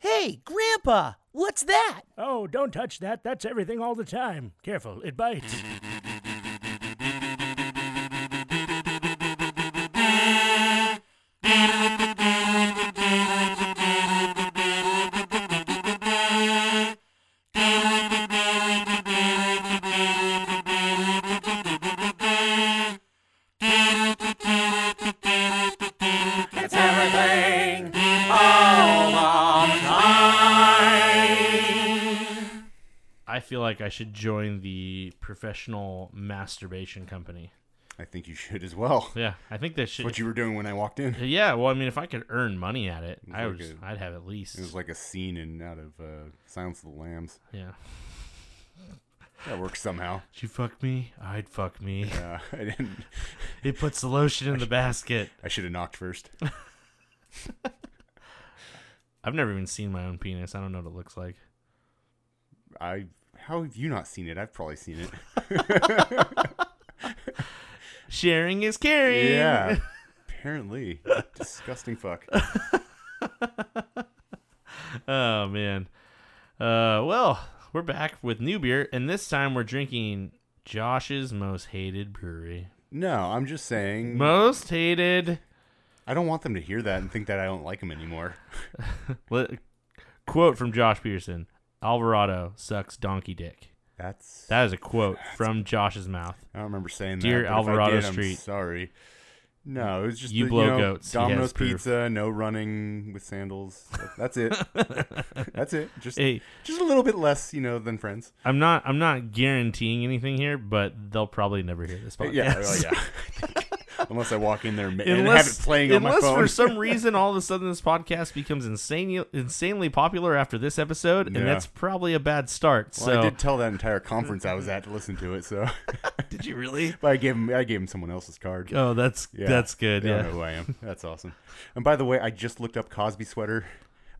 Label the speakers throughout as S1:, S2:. S1: Hey, Grandpa, what's that?
S2: Oh, don't touch that. That's everything all the time. Careful, it bites.
S3: It's everything all the time.
S4: I feel like I should join the professional masturbation company.
S5: I think you should as well.
S4: Yeah, I think that should.
S5: What you were doing when I walked in.
S4: yeah, well, I mean, if I could earn money at it,
S5: was
S4: I
S5: like
S4: would. just-
S5: a-
S4: I'd have at least.
S5: It was like a scene in out of uh, Silence of the Lambs.
S4: yeah.
S5: That works somehow.
S4: Did you fuck me? I'd fuck me.
S5: Uh, I didn't.
S4: It puts the lotion in the basket.
S5: I should have knocked first.
S4: I've never even seen my own penis. I don't know what it looks like.
S5: I. How have you not seen it? I've probably seen it.
S4: Sharing is caring.
S5: Yeah. Apparently, disgusting fuck.
S4: Oh man. Uh, well, we're back with new beer, and this time we're drinking Josh's most hated brewery.
S5: No, I'm just saying.
S4: Most hated.
S5: I don't want them to hear that and think that I don't like them anymore.
S4: Li- quote from Josh Peterson: "Alvarado sucks donkey dick."
S5: That's.
S4: That is a quote from Josh's mouth.
S5: I don't remember saying
S4: Dear
S5: that. but if I
S4: Alvarado
S5: did, I'm
S4: Street.
S5: sorry. No, it was just
S4: You
S5: the,
S4: blow
S5: know,
S4: goats. He has
S5: Domino's
S4: proof.
S5: Pizza, no running with sandals. That's it. That's it. Just
S4: Hey,
S5: just a little bit less, you know, than friends.
S4: I'm not. I'm not guaranteeing anything here, but they'll probably never hear this podcast.
S5: Yeah, oh, yeah. unless I walk in there and and have it
S4: Unless,
S5: playing on my
S4: unless
S5: phone.
S4: for some reason all of a sudden this podcast becomes insanely insanely popular after this episode,
S5: Yeah.
S4: and that's probably a bad start.
S5: well,
S4: so
S5: I did tell that entire conference I was at to listen to it. So,
S4: Did you really?
S5: but I gave him I gave him someone else's card.
S4: Oh, that's
S5: Yeah.
S4: that's good.
S5: They
S4: Yeah.
S5: don't know who I am. That's awesome. And by the way, I just looked up Cosby sweater.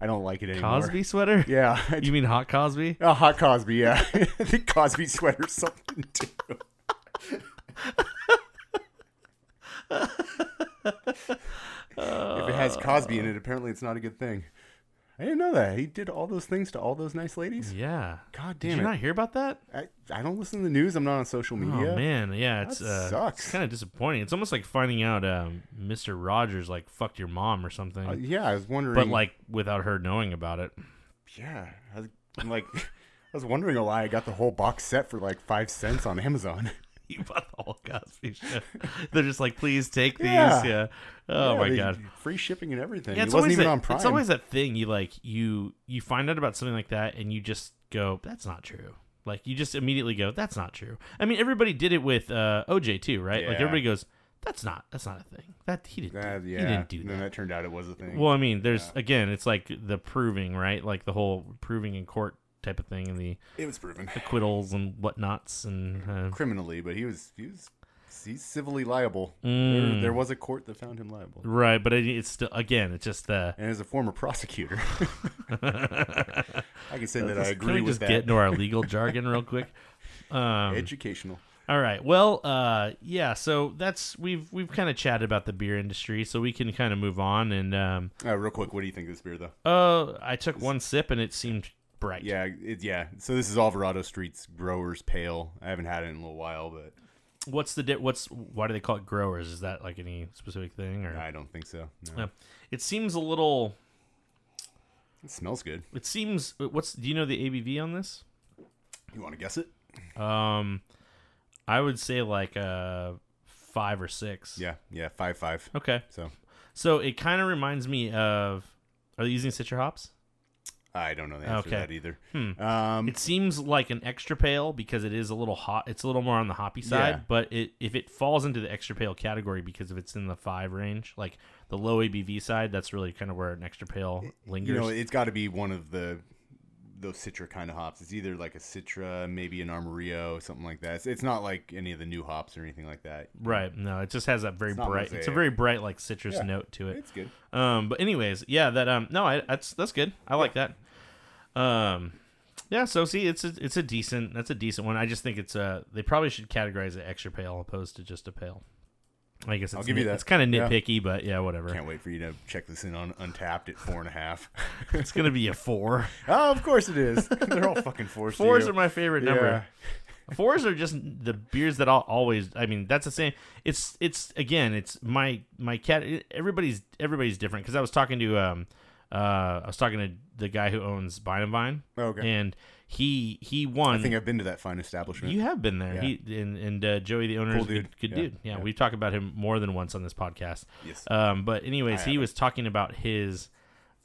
S5: I don't like it anymore.
S4: Cosby sweater?
S5: Yeah. I
S4: You mean hot Cosby?
S5: Oh, hot Cosby, yeah. I think Cosby sweater's something too. if it has Cosby in it, apparently it's not a good thing. I didn't know that. He did all those things to all those nice ladies.
S4: Yeah.
S5: God
S4: Did
S5: damn
S4: you
S5: it.
S4: not hear about that?
S5: I, I don't listen to the news. I'm not on social media.
S4: Oh man, yeah, it's
S5: That
S4: uh,
S5: sucks.
S4: it's kind of disappointing. It's almost like finding out um, Mr. Rogers like fucked your mom or something,
S5: Uh, yeah, I was wondering.
S4: but like without her knowing about it.
S5: yeah, I was, I'm like, I was wondering why I got the whole box set for like five cents on Amazon.
S4: You bought the whole Cosby show. They're just like, please take these.
S5: Yeah.
S4: Yeah. Oh
S5: Yeah,
S4: my
S5: they-
S4: god.
S5: free shipping and everything.
S4: Yeah,
S5: it wasn't
S4: always
S5: even
S4: that,
S5: on Prime.
S4: It's always that thing you like you you find out about something like that and you just go, That's not true. Like you just immediately go, That's not true. I mean everybody did it with uh OJ too, right? Like
S5: Yeah.
S4: everybody goes, That's not that's not a thing. That he didn't
S5: Uh,
S4: do,
S5: yeah.
S4: he didn't do
S5: and Then
S4: that.
S5: that turned out it was a thing.
S4: Well, I mean, there's again, it's like the proving, right? Like the whole proving in court type of thing and the
S5: it was proven
S4: acquittals and whatnots and uh,
S5: criminally, but he was he was he's civilly liable. There,
S4: Mm.
S5: there was a court that found him liable,
S4: right, but it, it's still again, it's just uh, the
S5: and as a former prosecutor, I can say that I
S4: Can
S5: agree
S4: we
S5: with
S4: just
S5: that.
S4: get into our legal jargon real quick? Um,
S5: Educational.
S4: all right. Well, uh, yeah. So that's we've we've kind of chatted about the beer industry, so we can kind of move on. And um,
S5: Uh, real quick, what do you think of this beer though?
S4: uh, I took one sip and it seemed bright.
S5: Yeah, it, yeah. So this is Alvarado Street's Growers Pale. I haven't had it in a little while, but
S4: What's the di- what's why do they call it growers? Is that like any specific thing or?
S5: I don't think so. No.
S4: Yeah. It seems a little.
S5: It smells good.
S4: It seems. uh, What's do you know the ABV on this?
S5: You want to guess it?
S4: Um, I would say like uh five or six.
S5: Yeah, yeah. Five five.
S4: Okay.
S5: So
S4: So it kind of reminds me of. Are they using citra hops?
S5: I don't know the
S4: Okay.
S5: answer to that either.
S4: Hmm.
S5: Um,
S4: It seems like an extra pale because it is a little hot. It's a little more on the hoppy side,
S5: Yeah.
S4: but it if it falls into the extra pale category because if it's in the five range, like the low ABV side, that's really kind of where an extra pale lingers.
S5: You know, it's got to be one of the those Citra kind of hops. It's either like a Citra, maybe an Armorillo, something like that. It's, it's not like any of the new hops or anything like that.
S4: right? No, it just has that very
S5: It's not
S4: bright. It's a
S5: mosaic.
S4: very bright like citrus
S5: Yeah.
S4: note to it.
S5: It's good.
S4: Um, but anyways, yeah, that um, no, I that's that's good. I like that. Um, yeah. So see, it's a it's a decent that's a decent one. I just think it's uh they probably should categorize it extra pale opposed to just a pale. I guess it's
S5: give you
S4: nit-
S5: that.
S4: It's kind of
S5: Yeah.
S4: nitpicky, but yeah, whatever.
S5: Can't wait for you to check this in on Untapped at four and a half.
S4: It's gonna be a four.
S5: oh, of course it is. They're all fucking fours. to
S4: Fours
S5: you.
S4: are my favorite number. Fours are just the beers that I'll always. I mean, that's the same. It's it's again. It's my my cat. e, Everybody's everybody's different because I was talking to um uh I was talking to the guy who owns Vine and Vine.
S5: Okay.
S4: And he he won.
S5: I think I've been to that fine establishment.
S4: You have been there.
S5: Yeah.
S4: He and, and uh, Joey, the owner,
S5: Cool
S4: is a good,
S5: dude.
S4: good
S5: Yeah.
S4: dude. Yeah,
S5: Yeah.
S4: we've talked about him more than once on this podcast.
S5: Yes.
S4: Um, but anyways,
S5: I
S4: he
S5: haven't.
S4: was talking about his.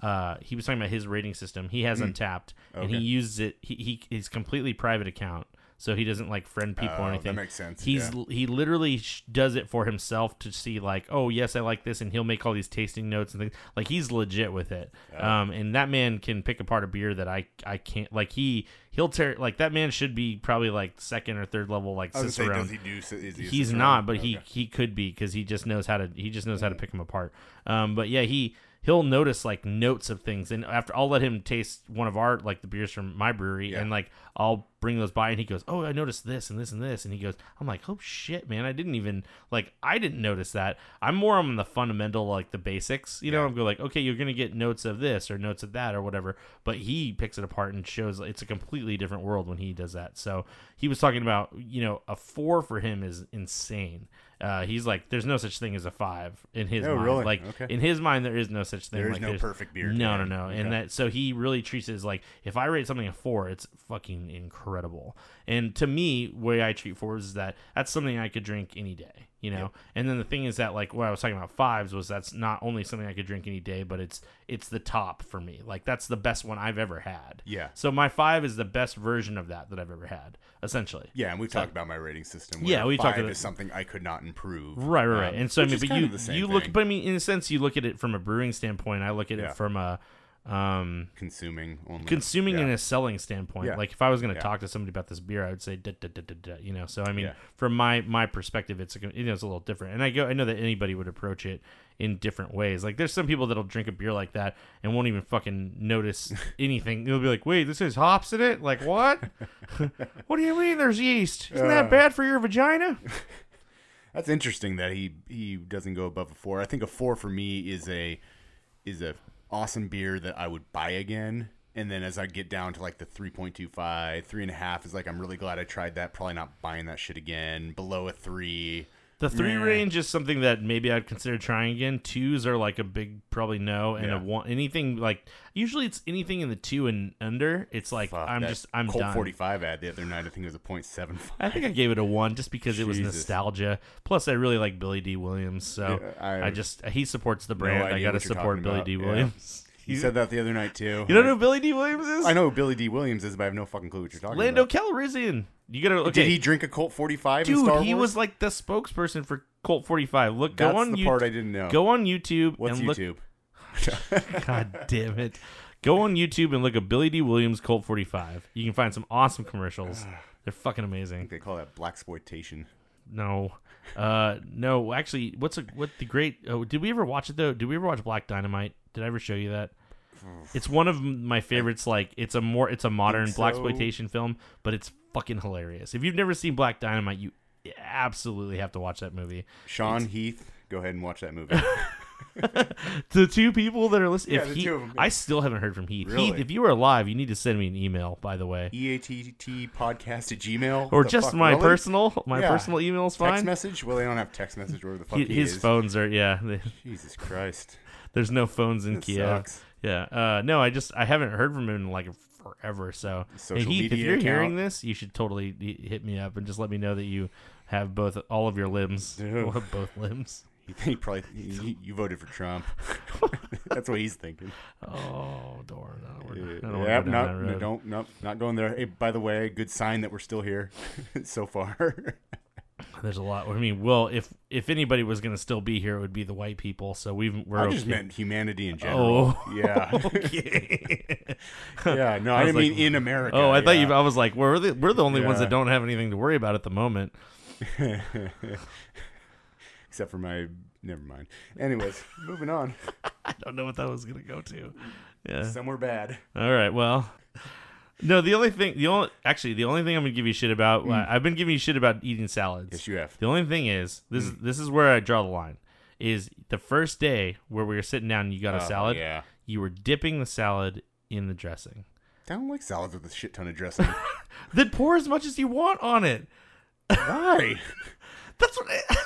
S4: Uh, he was talking about his rating system. He has Untapped, and he
S5: Hmm. Okay.
S4: uses it. He, he his completely private account, so he doesn't like friend people
S5: Oh,
S4: or
S5: that
S4: anything.
S5: makes sense,
S4: He's
S5: yeah.
S4: he literally sh- does it for himself to see like, oh yes, I like this, and he'll make all these tasting notes and things. Like he's legit with it. Um, and that man can pick apart a beer that I I can't. Like he he'll tear like that man should be probably like second or third level like
S5: I was gonna say,
S4: Cicerone
S5: does he do? Is he a
S4: he's
S5: Cicerone?
S4: not, but he
S5: Okay. Mm-hmm.
S4: he could be because he just knows how to he just knows how to pick them apart. Um, but yeah, he he'll notice like notes of things, and after I'll let him taste one of our like the beers from my brewery,
S5: Yeah.
S4: and like I'll bring those by, and he goes, "Oh, I noticed this and this and this," and he goes, "I'm like, oh shit, man, I didn't even like I didn't notice that. I'm more on the fundamental like the basics, you know. I'm go like, okay, you're gonna get notes of this or notes of that or whatever, but he picks it apart and shows it's a completely different world when he does that. So he was talking about you know a four for him is insane. Uh, he's like, there's no such thing as a five in his
S5: Oh,
S4: mind.
S5: really?
S4: Like
S5: Okay.
S4: in his mind, there is no such thing.
S5: There is
S4: like,
S5: no
S4: there's-
S5: perfect beer,
S4: No, no,
S5: Dan.
S4: no. And
S5: Okay.
S4: that so he really treats it as like if I rate something a four, it's fucking incredible. And to me, way I treat fours is that that's something I could drink any day. You know. And then the thing is that like what I was talking about fives was that's not only something I could drink any day, but it's it's the top for me. Like that's the best one I've ever had.
S5: Yeah.
S4: So my five is the best version of that that I've ever had, essentially.
S5: Yeah, and we've talked about my rating system.
S4: Yeah,
S5: where
S4: we talked
S5: five
S4: about-
S5: is something I could not improve.
S4: Right, right, right.
S5: Um,
S4: and so I
S5: which
S4: mean,
S5: is
S4: but
S5: kind
S4: you
S5: of the same
S4: you look,
S5: thing.
S4: but I mean, in a sense, you look at it from a brewing standpoint. I look at
S5: Yeah.
S4: it from a um,
S5: consuming only
S4: consuming
S5: Yeah.
S4: and a selling standpoint.
S5: Yeah.
S4: Like if I was going to
S5: Yeah.
S4: talk to somebody about this beer, I would say, duh, duh, duh, duh, duh, you know. So I mean,
S5: Yeah.
S4: from my my perspective, it's a, you know, it's a little different. And I go, I know that anybody would approach it in different ways. Like there's some people that'll drink a beer like that and won't even fucking notice anything. They'll be like, wait, this has hops in it. Like what? what do you mean? There's yeast? Isn't
S5: Uh.
S4: that bad for your vagina?
S5: That's interesting that he he doesn't go above a four. I think a four for me is a is a awesome beer that I would buy again. And then as I get down to like the 3.25, three and a half is like I'm really glad I tried that. Probably not buying that shit again. Below a three,
S4: The three range is something that maybe I'd consider trying again. Twos are like a big probably no, and a
S5: Yeah.
S4: one anything like usually it's anything in the two and under. It's like
S5: Fuck,
S4: I'm
S5: that
S4: just I'm
S5: Colt
S4: done.
S5: 45 ad the other night. I think it was a 0.75.
S4: I think I gave it a one just because it was
S5: Jesus.
S4: nostalgia. Plus, I really like Billy D. Williams, so
S5: Yeah,
S4: I,
S5: I-
S4: just he supports the brand. I
S5: idea
S4: got to
S5: what you're
S4: support
S5: talking
S4: Billy
S5: about.
S4: D.
S5: Yeah.
S4: Williams.
S5: He said that the other night too.
S4: You don't know who Billy D. Williams is?
S5: I know who Billy D. Williams is, but I have no fucking clue what you're talking
S4: Lando
S5: about.
S4: Calrissian. You gotta okay.
S5: Did he drink a Colt 45 in
S4: Dude,
S5: Star
S4: he
S5: Wars?
S4: was like the spokesperson for Colt 45. Look,
S5: That's
S4: go on
S5: the
S4: YouTube.
S5: part I didn't know.
S4: Go on YouTube
S5: What's
S4: and look
S5: YouTube?
S4: God damn it. Go on YouTube and look up Billy D. Williams Colt 45. You can find some awesome commercials. They're fucking amazing.
S5: They call that black exploitation.
S4: No. Uh no, actually what's a what the great oh, did we ever watch it though? Did we ever watch Black Dynamite? Did I ever show you that? It's one of m- my favorites like it's a more it's a modern
S5: so.
S4: black exploitation film, but it's fucking hilarious. If you've never seen Black Dynamite, you absolutely have to watch that movie.
S5: Sean Heath, go ahead and watch that movie.
S4: the two people that are listening.
S5: Yeah,
S4: if
S5: the
S4: he,
S5: two of 'em, yeah.
S4: I still haven't heard from Heath. Heath,
S5: Really?
S4: if you are alive, you need to send me an email. By the way,
S5: E EATT podcast at Gmail.
S4: or
S5: The
S4: just
S5: fuck,
S4: my
S5: really?
S4: personal, my
S5: Yeah.
S4: personal email is
S5: Text
S4: fine.
S5: message? Well, they don't have text message where the fuck
S4: He-
S5: he,
S4: his
S5: is.
S4: phones are yeah. they-
S5: Jesus Christ.
S4: there's no phones in
S5: That
S4: Kiev.
S5: sucks.
S4: Yeah. Uh, no, I just I haven't heard from him in like forever. So hey,
S5: Social
S4: Heath, if
S5: media
S4: you're
S5: account.
S4: hearing this, you should totally y- hit me up and just let me know that you have both all of your limbs,
S5: Ew.
S4: both limbs.
S5: He, he probably he, you voted for Trump. That's what he's thinking.
S4: Oh, darn. No, we're not, I don't wanna
S5: Yeah,
S4: go down
S5: no,
S4: that
S5: no,
S4: road.
S5: don't, no, not going there. Hey, by the way, good sign that we're still here so far.
S4: There's a lot. I mean, well, if if anybody was going to still be here, it would be the white people. So we've we're
S5: I just
S4: okay.
S5: meant humanity in general.
S4: Oh,
S5: Yeah,
S4: okay.
S5: yeah. No,
S4: I
S5: I,
S4: was
S5: didn't mean
S4: like-
S5: in America.
S4: oh, I thought
S5: uh, yeah.
S4: you. I was like, we're the we're the only ones that
S5: Yeah.
S4: don't have anything to worry about at the moment.
S5: Except for my. Never mind. Anyways, moving on.
S4: I don't know what that was going to go to. Yeah.
S5: Somewhere bad.
S4: All right. Well, No, the only thing, the only actually, the only thing I'm gonna give you shit about, I've been giving you shit about eating salads.
S5: Mm. Yes, you Mm. have.
S4: The only thing is, this is this is where I draw the line. Is the first day where we were sitting down, and you got a
S5: Oh,
S4: salad.
S5: yeah.
S4: You were dipping the salad in the dressing.
S5: I don't like salads with a shit ton of dressing.
S4: Then pour as much as you want on it.
S5: Why?
S4: That's what. I,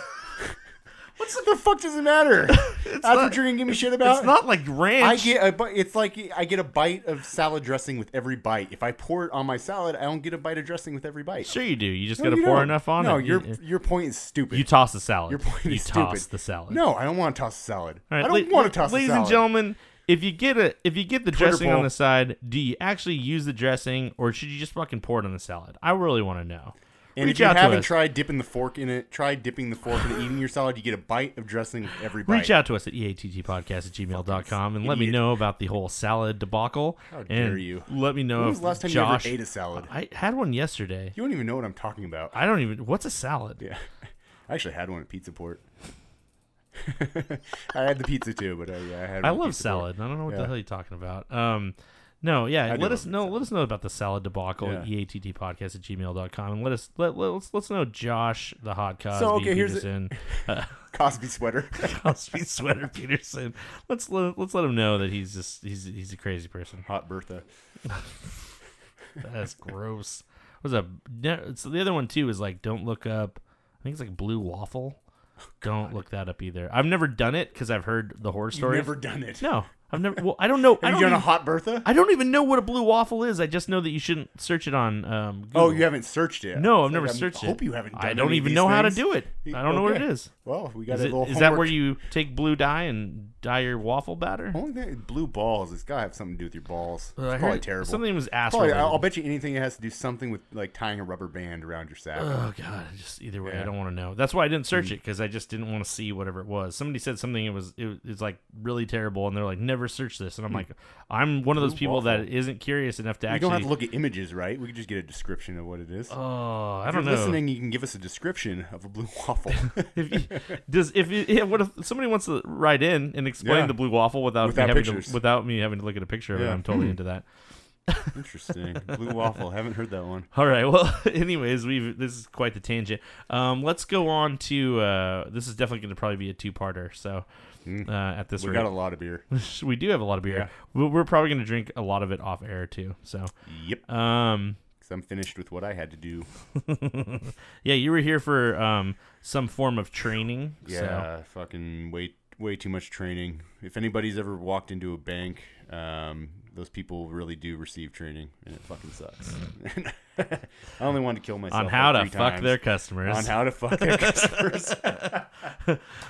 S5: What's the fuck does it matter? That's
S4: not-
S5: what you're gonna give me shit about.
S4: it's not like
S5: I
S4: ranch.
S5: get a bite. It's like I get a bite of salad dressing with every bite. If I pour it on my salad, I don't get a bite of dressing with every bite.
S4: sure you do. You just
S5: No,
S4: gotta
S5: you
S4: pour
S5: don't.
S4: enough on
S5: No,
S4: it.
S5: your
S4: you,
S5: your point is stupid.
S4: you toss the salad.
S5: your point
S4: you
S5: is
S4: toss
S5: stupid.
S4: the salad.
S5: No, I don't want to toss a salad.
S4: All right,
S5: I
S4: la-
S5: don't want to
S4: la-
S5: toss
S4: Ladies
S5: a salad.
S4: and gentlemen, if you get a if you get the
S5: Twitter
S4: dressing on
S5: poll.
S4: the side, do you actually use the dressing or should you just fucking pour it on the salad? I really want to know.
S5: and
S4: Reach
S5: if you
S4: out to
S5: haven't
S4: us.
S5: tried dipping the fork in it, try dipping the fork in it, eating your salad. You get a bite of dressing with every bite.
S4: Reach out to us at E eattpodcast at gmail.com and let me
S5: idiot.
S4: know about the whole salad debacle. How
S5: dare you.
S4: Let me know
S5: When
S4: if
S5: was the last time
S4: Josh,
S5: you ever ate a salad?
S4: I had one yesterday.
S5: you don't even know what I'm talking about.
S4: I don't even. What's a salad?
S5: yeah, I actually had one at Pizza Port. I had the pizza too, but I, yeah, I had.
S4: I
S5: one at
S4: love
S5: Pizza Port.
S4: salad. I don't know what the
S5: Yeah.
S4: hell you're talking about. Um, no, yeah.
S5: I do
S4: let us
S5: love
S4: know. Let us know about the salad debacle at E
S5: Yeah.
S4: eattpodcast at gmail.com. and let us let let's let's know Josh the hot Cosby
S5: So, okay, here's the-
S4: Peterson,
S5: Cosby sweater.
S4: Cosby sweater Peterson. Let's let, let's let him know that he's just he's he's a crazy person.
S5: Hot Bertha.
S4: That's gross. Was a no, so the other one too is like don't look up. I think it's like blue waffle. Don't look that up either. I've never done it because I've heard the horror
S5: You've
S4: stories.
S5: never done it.
S4: No, I've never. Well, I don't know. I
S5: Have
S4: don't
S5: you done a
S4: even-
S5: hot Bertha?
S4: I don't even know what a blue waffle is. I just know that you shouldn't search it on. Um, Google.
S5: oh, you haven't searched it.
S4: No, I've
S5: It's
S4: never
S5: like, I'm-
S4: searched it.
S5: I hope you haven't. Done
S4: I don't
S5: any of
S4: even
S5: these
S4: know how to
S5: things.
S4: do it.
S5: Y-
S4: I don't know what it
S5: okay.
S4: is.
S5: Well, we got
S4: Is,
S5: a
S4: it,
S5: little.
S4: is that where
S5: homework.
S4: you take blue dye and dye your waffle batter?
S5: Only thing, blue balls. It's gotta have something to do with your balls.
S4: Uh, I
S5: it's
S4: heard
S5: probably terrible.
S4: Something was ass.
S5: Probably, I'll, I'll
S4: related.
S5: bet you anything that has to do something with like tying a rubber band around your sack.
S4: Oh god, just either way, I
S5: Yeah. Mm.
S4: don't want to know. That's why I didn't search it because I just didn't want to see whatever it was. Somebody said something it was it, it's like really terrible, and they're like, "Never search this."
S5: Hmm.
S4: And I'm like, I'm one of those people that isn't curious enough to
S5: you
S4: actually.
S5: don't have to look at images, right? We can just get a description of what it is.
S4: Oh, I
S5: if you're
S4: don't know.
S5: listening, you can give us a description of a blue waffle
S4: If you, does if you, yeah, what if somebody wants to write in and explain
S5: Yeah.
S4: the blue waffle without
S5: Without
S4: me having to,
S5: pictures.
S4: without me having to look at a picture of it?
S5: Yeah.
S4: I'm totally into that.
S5: Interesting. Blue waffle. Haven't heard that one.
S4: All right. Well, anyways, we've this is quite the tangent. Um, let's go on to uh, this is definitely going to probably be a two parter. So uh, at this
S5: Mm. We
S4: rate,
S5: got a lot of beer.
S4: we do have a lot of beer.
S5: Yeah.
S4: We're- We're probably going to drink a lot of it off air too. So,
S5: yep.
S4: um,
S5: 'Cause I'm finished with what I had to do.
S4: yeah, you were here for um some form of training. So.
S5: Yeah, fucking way way too much training. If anybody's ever walked into a bank, um, those people really do receive training, and it fucking sucks. I only wanted to kill myself
S4: On how to
S5: like, three
S4: fuck
S5: times.
S4: their customers.
S5: on how to fuck their customers.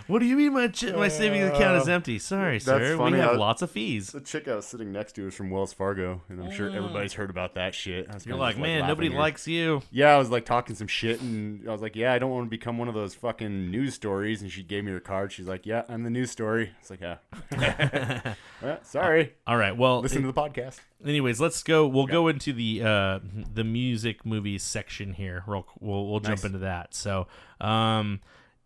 S4: What do you mean my ch- my savings account is empty? Sorry, sir.
S5: Uh, funny.
S4: We have
S5: I-
S4: lots of fees.
S5: the chick I was sitting next to is from Wells Fargo, and I'm sure everybody's heard about that shit. I was
S4: Mm. You're
S5: kinda
S4: like,
S5: just,
S4: man,
S5: laughing
S4: nobody
S5: here.
S4: likes you.
S5: Yeah, I was like talking some shit, and I was like, yeah, I don't want to become one of those fucking news stories. And she gave me her card. She's like, yeah, I'm the news story. I was like, yeah, Well, sorry.
S4: All right. Well,
S5: Listen to the podcast.
S4: anyways, let's go. We'll go into the uh, the music movies section here. Real, we'll we'll jump
S5: Nice.
S4: into that. So, um,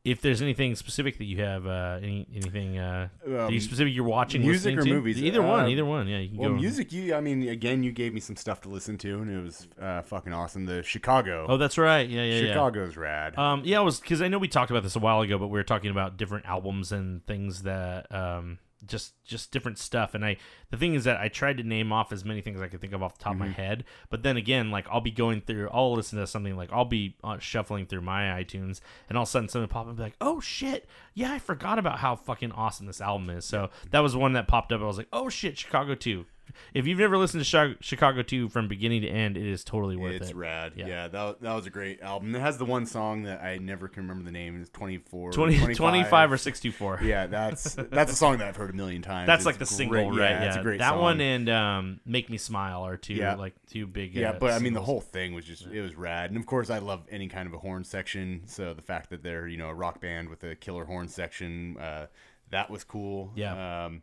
S4: if there's anything specific that you have, uh, any anything uh, that you
S5: Um,
S4: specific you're watching,
S5: music
S4: listening
S5: or
S4: to?
S5: movies?
S4: Either one.
S5: Uh,
S4: Either one. Yeah, you can
S5: Well,
S4: go.
S5: music, you, I mean, again, you gave me some stuff to listen to, and it was uh, fucking awesome. The Chicago.
S4: Oh, that's right. Yeah, yeah, yeah.
S5: Chicago's rad.
S4: Um, yeah, I was because I know we talked about this a while ago, but we were talking about different albums and things that um, just just different stuff. And I the thing is that I tried to name off as many things I could think of off the top of my
S5: Mm-hmm.
S4: head, but then again, like I'll be going through, I'll listen to something like I'll be uh, shuffling through my iTunes, and all of a sudden something pop up and be like, oh shit, yeah, I forgot about how fucking awesome this album is. So that was one that popped up. I was like, oh shit, Chicago Two. If you've never listened to Chi- Chicago Two from beginning to end, it is totally worth
S5: it's
S4: it.
S5: rad.
S4: Yeah.
S5: Yeah. that that was a great album. It has the one song that I never can remember the name. It's 24,
S4: 20,
S5: 25.
S4: 25 or 64.
S5: Yeah, that's that's a song that I've heard a million times.
S4: That's
S5: It's
S4: like the single,
S5: great-
S4: right?
S5: Yeah,
S4: Yeah,
S5: it's a great
S4: that
S5: song.
S4: one and um, "Make Me Smile" are two
S5: Yeah.
S4: like two big.
S5: yeah,
S4: uh,
S5: but I mean the
S4: singles.
S5: whole thing was just it was rad. And of course, I love any kind of a horn section. So the fact that they're you know a rock band with a killer horn section, uh, that was cool.
S4: Yeah.
S5: Um,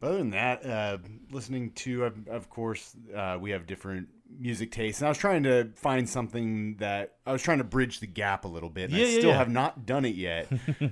S5: but other than that, uh, listening to of- of course uh, we have different music tastes, and I was trying to find something that I was trying to bridge the gap a little bit. And
S4: Yeah,
S5: I
S4: yeah,
S5: still
S4: yeah.
S5: have not done it yet,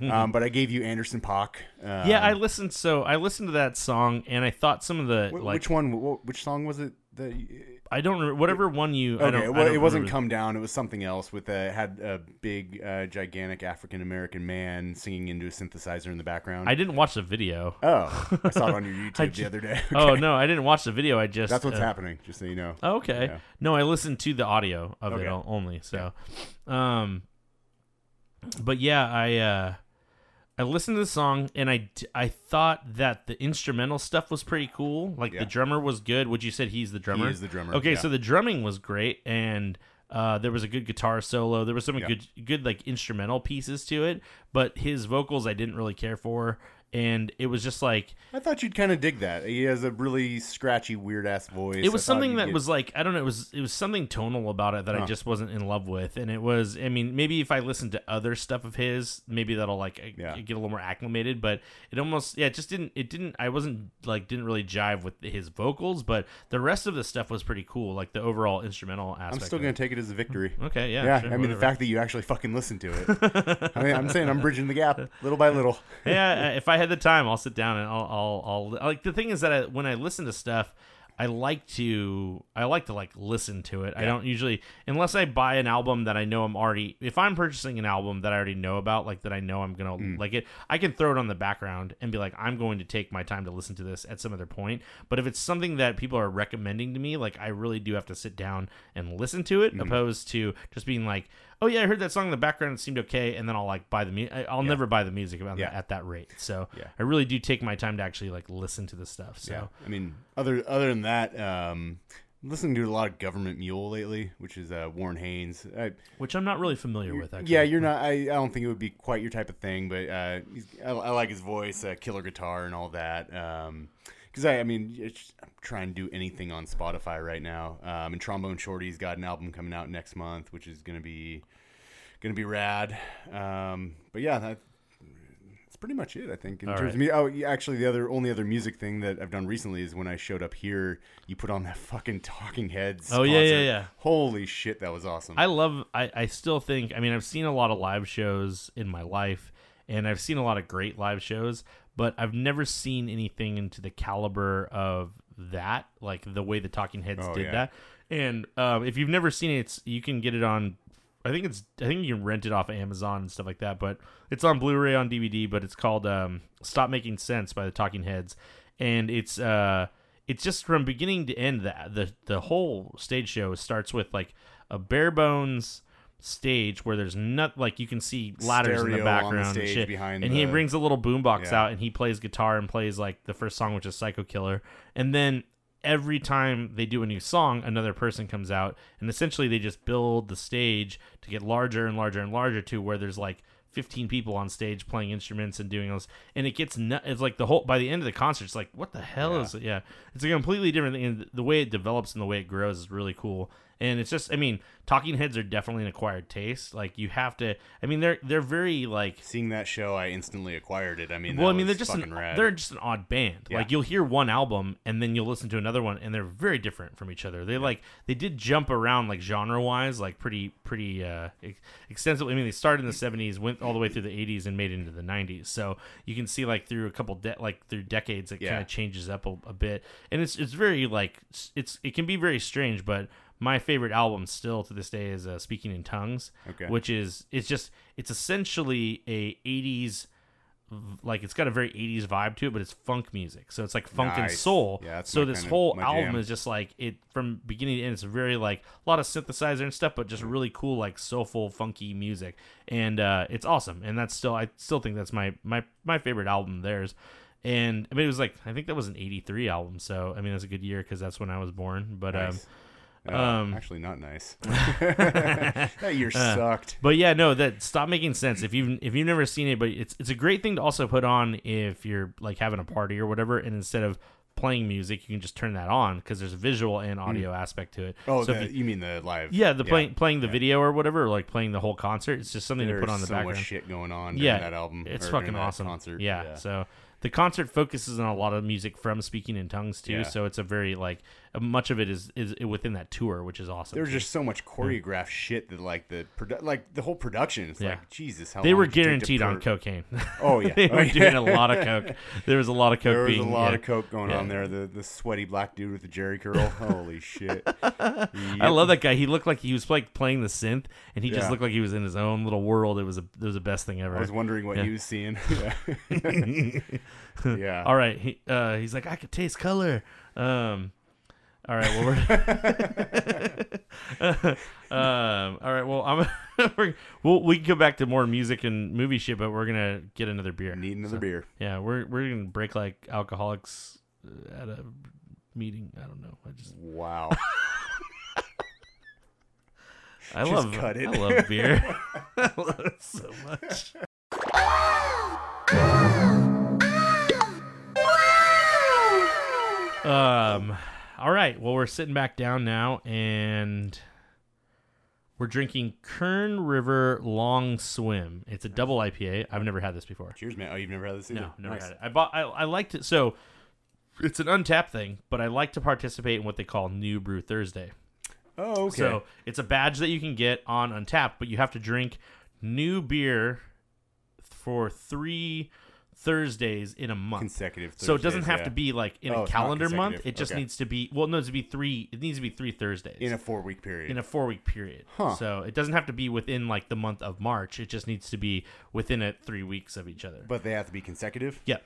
S5: um, but I gave you Anderson Pock. Um,
S4: Yeah, I listened. So I listened to that song, and I thought some of the
S5: wh-
S4: like
S5: which one? wh- Which song was it? That you-
S4: I don't remember whatever one you. I don't,
S5: Okay,
S4: I
S5: well,
S4: don't
S5: it wasn't
S4: remember.
S5: come down. It was something else with a had a big, uh, gigantic African American man singing into a synthesizer in the background.
S4: I didn't watch the video.
S5: oh, I saw it on your YouTube the
S4: ju-
S5: other day.
S4: Oh no, I didn't watch the video. I just
S5: That's what's
S4: uh,
S5: happening. Just so you know.
S4: Oh, okay.
S5: Yeah.
S4: No, I listened to the audio of it
S5: Okay.
S4: all, only. So, um, but yeah, I uh, I listened to the song and I d- I thought that the instrumental stuff was pretty cool. Like
S5: Yeah.
S4: the drummer was good. Would you said he's the drummer?
S5: is the drummer,
S4: Okay,
S5: yeah.
S4: so the drumming was great and. Uh, there was a good guitar solo. There was some
S5: Yeah.
S4: good, good like instrumental pieces to it, but his vocals I didn't really care for, and it was just like
S5: I thought you'd kind of dig that. He has a really scratchy, weird ass voice. I
S4: it was
S5: thought
S4: something
S5: you'd
S4: that
S5: get-
S4: was like I don't know. It was it was something tonal about it that
S5: Uh-huh.
S4: I just wasn't in love with, and it was. I mean, maybe if I listened to other stuff of his, maybe that'll like I-
S5: Yeah.
S4: get a little more acclimated. But it almost yeah, it just didn't. It didn't. I wasn't like didn't really jive with his vocals, but the rest of the stuff was pretty cool. Like the overall instrumental aspect.
S5: I'm still
S4: of
S5: gonna
S4: it.
S5: take it as a victory.
S4: Okay, Mm-hmm. yeah,
S5: Yeah,
S4: sure,
S5: I mean the
S4: whatever.
S5: fact that you actually fucking listened to it. I mean, I'm saying I'm bridging the gap little by little.
S4: yeah, if I had the time, I'll sit down and I'll, I'll, I'll like the thing is that I, when I listen to stuff, I like to, I like to like listen to it. I don't usually, unless I buy an album that I know I'm already, if I'm purchasing an album that I already know about, like that I know I'm gonna like it, I can throw it on the background and be like, I'm going to take my time to listen to this at some other point. But if it's something that people are recommending to me, like I really do have to sit down and listen to it, opposed to just being like. Oh yeah, I heard that song in the background. It seemed okay, and then I'll like buy the music. I'll never buy the music about
S5: Yeah.
S4: that at that rate. So
S5: Yeah.
S4: I really do take my time to actually like listen to the stuff. So
S5: Yeah. I mean, other other than that, um, I'm listening to a lot of Government Mule lately, which is uh, Warren Haynes. I,
S4: which I'm not really familiar with. Actually.
S5: yeah, you're not. I, I don't think it would be quite your type of thing, but uh, he's, I, I like his voice, uh, killer guitar, and all that. Because I, I mean, it's, I'm trying to do anything on Spotify right now. Um, and Trombone Shorty's got an album coming out next month, which is gonna be gonna be rad. Um, but yeah, that, that's pretty much it, I think. In
S4: All
S5: terms of me, oh, yeah, actually, the other only other music thing that I've done recently is when I showed up here. You put on that fucking Talking Heads.
S4: Oh, yeah, yeah,
S5: concert.
S4: yeah.
S5: Holy shit, that was awesome.
S4: I love. I I still think. I mean, I've seen a lot of live shows in my life, and I've seen a lot of great live shows, but I've never seen anything into the caliber of that. Like the way the Talking Heads
S5: Oh,
S4: did
S5: yeah.
S4: that. And um, if you've never seen it, it's you can get it on. I think it's. I think you can rent it off Amazon and stuff like that. But it's on Blu-ray on DVD. But it's called um, "Stop Making Sense" by the Talking Heads, and it's uh, it's just from beginning to end. The the the whole stage show starts with like a bare bones stage where there's not like you can see ladders in the
S5: Stereo on the
S4: background and
S5: stage
S4: shit.
S5: behind
S4: and he
S5: the-
S4: brings brings a little boombox
S5: Yeah.
S4: out and he plays guitar and plays like the first song, which is Psycho Killer. And then every time they do a new song, another person comes out, and essentially they just build the stage to get larger and larger and larger to where there's like 15 people on stage playing instruments and doing all this. And it gets nu- it's like the whole by the end of the concert, it's like what the hell is it? Yeah, it's a completely different thing. And the way it develops and the way it grows is really cool. And it's just, I mean, Talking Heads are definitely an acquired taste. Like you have to, I mean, they're they're very like
S5: seeing that show, I instantly acquired it. I mean,
S4: well,
S5: that
S4: I mean,
S5: was
S4: they're just
S5: fucking
S4: an,
S5: rad.
S4: they're just an odd band.
S5: Yeah.
S4: Like you'll hear one album and then you'll listen to another one, and they're very different from each other. They like they did jump around like genre wise, like pretty pretty uh, ex- extensively. I mean, they started in the '70s, went all the way through the '80s, and made it into the '90s. So you can see like through a couple de- like through decades, it
S5: Yeah.
S4: kind of changes up a, a bit, and it's it's very like s- it's it can be very strange, but. My favorite album still to this day is uh, "Speaking in Tongues,"
S5: Okay.
S4: which is it's just it's essentially a '80s like it's got a very 80s vibe to it but it's funk music so it's like funk and
S5: Nice.
S4: soul
S5: Yeah, that's
S4: so
S5: my
S4: this
S5: kinda-
S4: whole
S5: my
S4: album
S5: jam.
S4: is just like it from beginning to end it's very like a lot of synthesizer and stuff but just really cool like soulful funky music and uh it's awesome and that's still i still think that's my my my favorite album of theirs and i mean it was like i think that was an 83 album so i mean that's a good year because that's when i was born but um
S5: Nice. Uh,
S4: um, Uh,
S5: actually not nice. that year sucked.
S4: But yeah, no, that stop making sense. If you've if you've never seen it, but it's it's a great thing to also put on if you're like having a party or whatever, and instead of playing music, you can just turn that on because there's a visual and audio aspect to it.
S5: Mm. Oh,
S4: so if
S5: the,
S4: you-
S5: you mean the live?
S4: yeah, the playing playing the video or whatever, or like playing the whole concert. It's just something
S5: There's
S4: to put on the
S5: so
S4: background.
S5: much shit going on. during
S4: yeah,
S5: that album.
S4: It's
S5: or during
S4: fucking
S5: that
S4: awesome.
S5: Concert.
S4: Yeah, so the concert focuses on a lot of music from speaking in tongues too.
S5: Yeah.
S4: So it's a very like much of it is is within that tour, which is awesome.
S5: There was
S4: too.
S5: just so much choreographed shit that like the produ- like the whole production is
S4: Yeah.
S5: like Jesus. How
S4: they
S5: long
S4: were
S5: did it take to
S4: guaranteed on
S5: pro-
S4: cocaine.
S5: Oh yeah,
S4: they
S5: Oh,
S4: were
S5: yeah.
S4: doing a lot of coke. There was a lot of coke.
S5: There was a
S4: being-
S5: lot
S4: yeah.
S5: of coke going
S4: Yeah.
S5: on there. The the sweaty black dude with the Jerry curl. Holy shit!
S4: I love that guy. He looked like he was like playing the synth, and he
S5: Yeah.
S4: just looked like he was in his own little world. It was a, it was the best thing ever.
S5: I was wondering what
S4: Yeah.
S5: you was seeing. Yeah. yeah.
S4: All right, he, uh, he's like, I could taste color. Um, all right, well, we're, um, all right, well, I'm, we're, we'll, we can go back to more music and movie shit, but we're gonna get another beer.
S5: Need another
S4: So,
S5: beer.
S4: Yeah, we're we're gonna break like alcoholics uh, at a meeting. I don't know. I just
S5: Wow.
S4: I
S5: Just
S4: love
S5: cut it.
S4: I love beer. I love it so much. Um all right, well we're sitting back down now and we're drinking Kern River Long Swim. It's a double IPA. I've never had this before.
S5: Cheers, man. Oh, you've never had this either.
S4: No, never
S5: Nice.
S4: had it. I bought. I, I liked it. So it's an untapped thing, but I like to participate in what they call New Brew Thursday.
S5: Oh, okay.
S4: So it's a badge that you can get on Untapped, but you have to drink new beer for three Thursdays in a month.
S5: consecutive.
S4: so it doesn't
S5: Thursdays,
S4: have
S5: yeah.
S4: to be like in
S5: Oh,
S4: a
S5: it's not
S4: calendar month.
S5: consecutive.
S4: It just
S5: Okay.
S4: needs to be well, no, it's to be three. It needs to be three Thursdays
S5: in a four week period.
S4: in a four week period.
S5: Huh.
S4: So it doesn't have to be within like the month of March. It just needs to be within it three weeks of each other.
S5: but they have to be consecutive.
S4: yeah.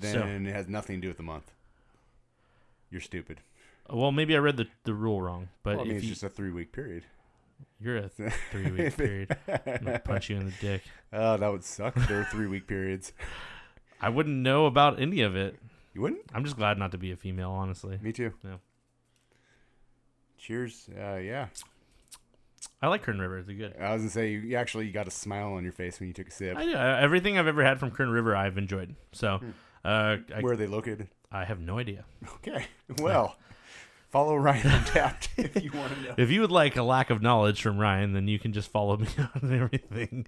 S4: so-
S5: Then it has nothing to do with the month. You're stupid.
S4: Well, maybe I read the, the rule wrong, but
S5: Well, I mean,
S4: if
S5: it's
S4: you,
S5: just a three week period.
S4: you're a three week period, I'm gonna punch you in the dick.
S5: Oh, that would suck. if There were three week periods.
S4: I wouldn't know about any of it.
S5: You wouldn't?
S4: I'm just glad not to be a female, honestly.
S5: Me too.
S4: No.
S5: Cheers. Uh, yeah.
S4: I like Kern River; they're good.
S5: I was gonna say you you actually got a smile on your face when you took a sip.
S4: I do I- everything I've ever had from Kern River. I've enjoyed. So, uh, I,
S5: Hmm. Where are they located?
S4: I have no idea.
S5: Okay. Well, follow Ryan Untapped if you want to know.
S4: If you would like a lack of knowledge from Ryan, then you can just follow me on everything.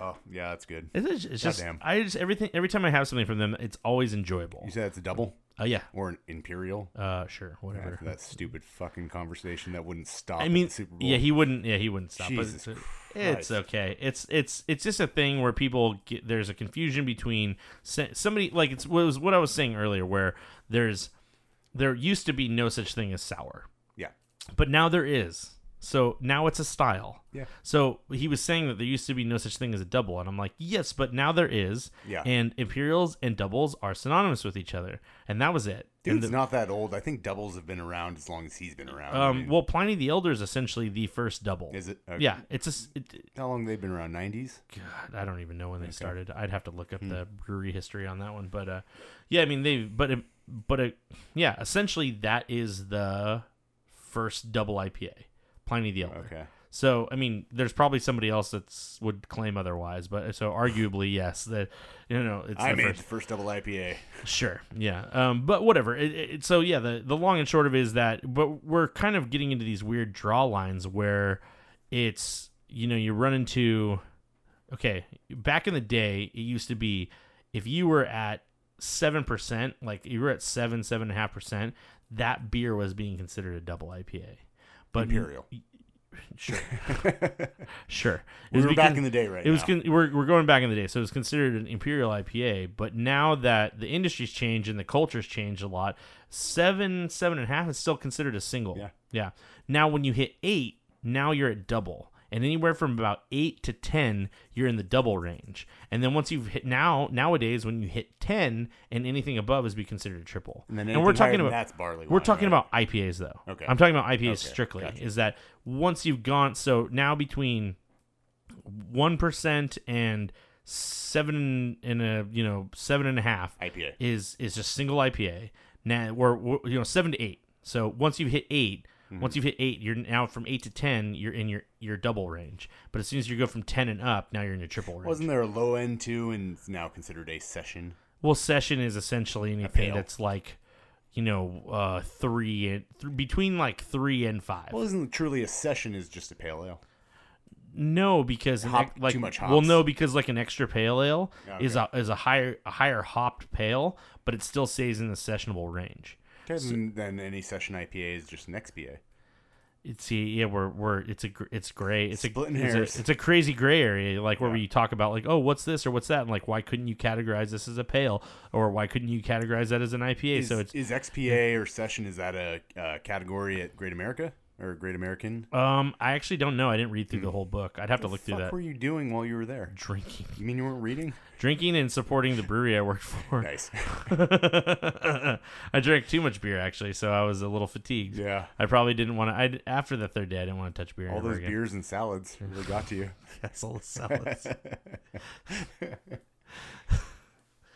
S5: Oh, yeah, that's good.
S4: It's, just- it's just
S5: Goddamn.
S4: I just everything every time I have something from them, it's always enjoyable.
S5: You said it's a double
S4: Oh yeah,
S5: or an imperial.
S4: uh, sure, whatever.
S5: After that stupid fucking conversation that wouldn't stop.
S4: I mean,
S5: at the Super Bowl.
S4: yeah, he wouldn't. Yeah, he wouldn't stop.
S5: Jesus
S4: but it's, it's
S5: Christ.
S4: okay. It's it's it's just a thing where people get there's a confusion between se- somebody like it's what was what I was saying earlier where there's there used to be no such thing as sour,
S5: yeah.
S4: but now there is. So now it's a style.
S5: Yeah.
S4: So he was saying that there used to be no such thing as a double, and I'm like, yes, but now there is.
S5: Yeah.
S4: And imperials and doubles are synonymous with each other, and that was it. And
S5: Dude's
S4: the-
S5: not that old. I think doubles have been around as long as he's been around. I
S4: um,
S5: mean,
S4: well, Pliny the Elder is essentially the first double.
S5: is it? Okay.
S4: Yeah, it's a s- it,
S5: How long they've been around? Nineties.
S4: God, I don't even know when they started. I'd have to look
S5: Hmm.
S4: up the brewery history on that one, but uh, yeah, I mean they, but it, but it, yeah, essentially that is the first double IPA, Pliny the Elder.
S5: Okay.
S4: So I mean, there's probably somebody else that's would claim otherwise, but so arguably yes, that you know it's
S5: I
S4: the
S5: made
S4: first.
S5: the first double IPA.
S4: Sure. Yeah. Um, but whatever. It, it, so yeah, the the long and short of it is that, but we're kind of getting into these weird draw lines where it's you know you run into, okay, back in the day it used to be if you were at seven percent, like you were at seven seven and a half percent, that beer was being considered a double IPA. But
S5: Imperial.
S4: Sure. sure. It
S5: We
S4: was
S5: were back
S4: because-
S5: in the day, right?
S4: it was
S5: now.
S4: con- we're, we're going back in the day so it was considered an imperial ipa but now that the industry's changed and the culture's changed a lot seven seven and a half is still considered a single
S5: Yeah.
S4: yeah now when you hit eight now you're at double and anywhere from about eight to ten you're in the double range and then once you've hit now nowadays when you hit ten and anything above is be considered a triple
S5: And then
S4: we're
S5: anything higher
S4: talking
S5: than
S4: about
S5: that's barley
S4: we're
S5: wine,
S4: talking
S5: right?
S4: about ipas though
S5: Okay.
S4: i'm talking about ipas
S5: Okay,
S4: strictly
S5: gotcha.
S4: is that once you've gone so now between one percent and seven and a you know seven and a half
S5: IPA.
S4: is is just single IPA. Now we're, we're you know seven to eight. So once you hit 8 once you've hit eight, you're now from eight to ten, you're in your your double range. But as soon as you go from ten and up, now you're in your triple range.
S5: Wasn't there a low end too, and it's now considered a session?
S4: well, session is essentially anything
S5: pale.
S4: that's like you know uh three and th- between like three and five.
S5: Well, isn't truly a session is just a pale ale?
S4: No, because an
S5: Hop-
S4: ex- like
S5: too much
S4: well,
S5: hops.
S4: no, because like an extra pale ale is a is a higher a higher hopped pale, but it still stays in the sessionable range.
S5: Okay, then, then any session IPA is just an XPA.
S4: It's see, yeah, we're we're it's a gr- it's gray. It's
S5: Splitting
S4: a, it's a
S5: hairs.
S4: it's a crazy gray area, like where we talk about like, oh, what's this or what's that, and like why couldn't you categorize this as a pale, or why couldn't you categorize that as an IPA?
S5: Is,
S4: so it's
S5: is XPA or session is that a uh, category at Great America or Great American?
S4: um, I actually don't know. I didn't read through the whole book. I'd have to look
S5: What Mm. the
S4: through
S5: fuck
S4: that.
S5: were you doing while you were there?
S4: Drinking,
S5: You mean you weren't reading?
S4: drinking, and supporting the brewery I worked for.
S5: Nice.
S4: I drank too much beer actually, so I was a little fatigued.
S5: Yeah.
S4: I probably didn't want to. I after the third day, I didn't want to touch beer.
S5: All
S4: ever
S5: those
S4: again.
S5: beers and salads really got to you.
S4: Castle salads.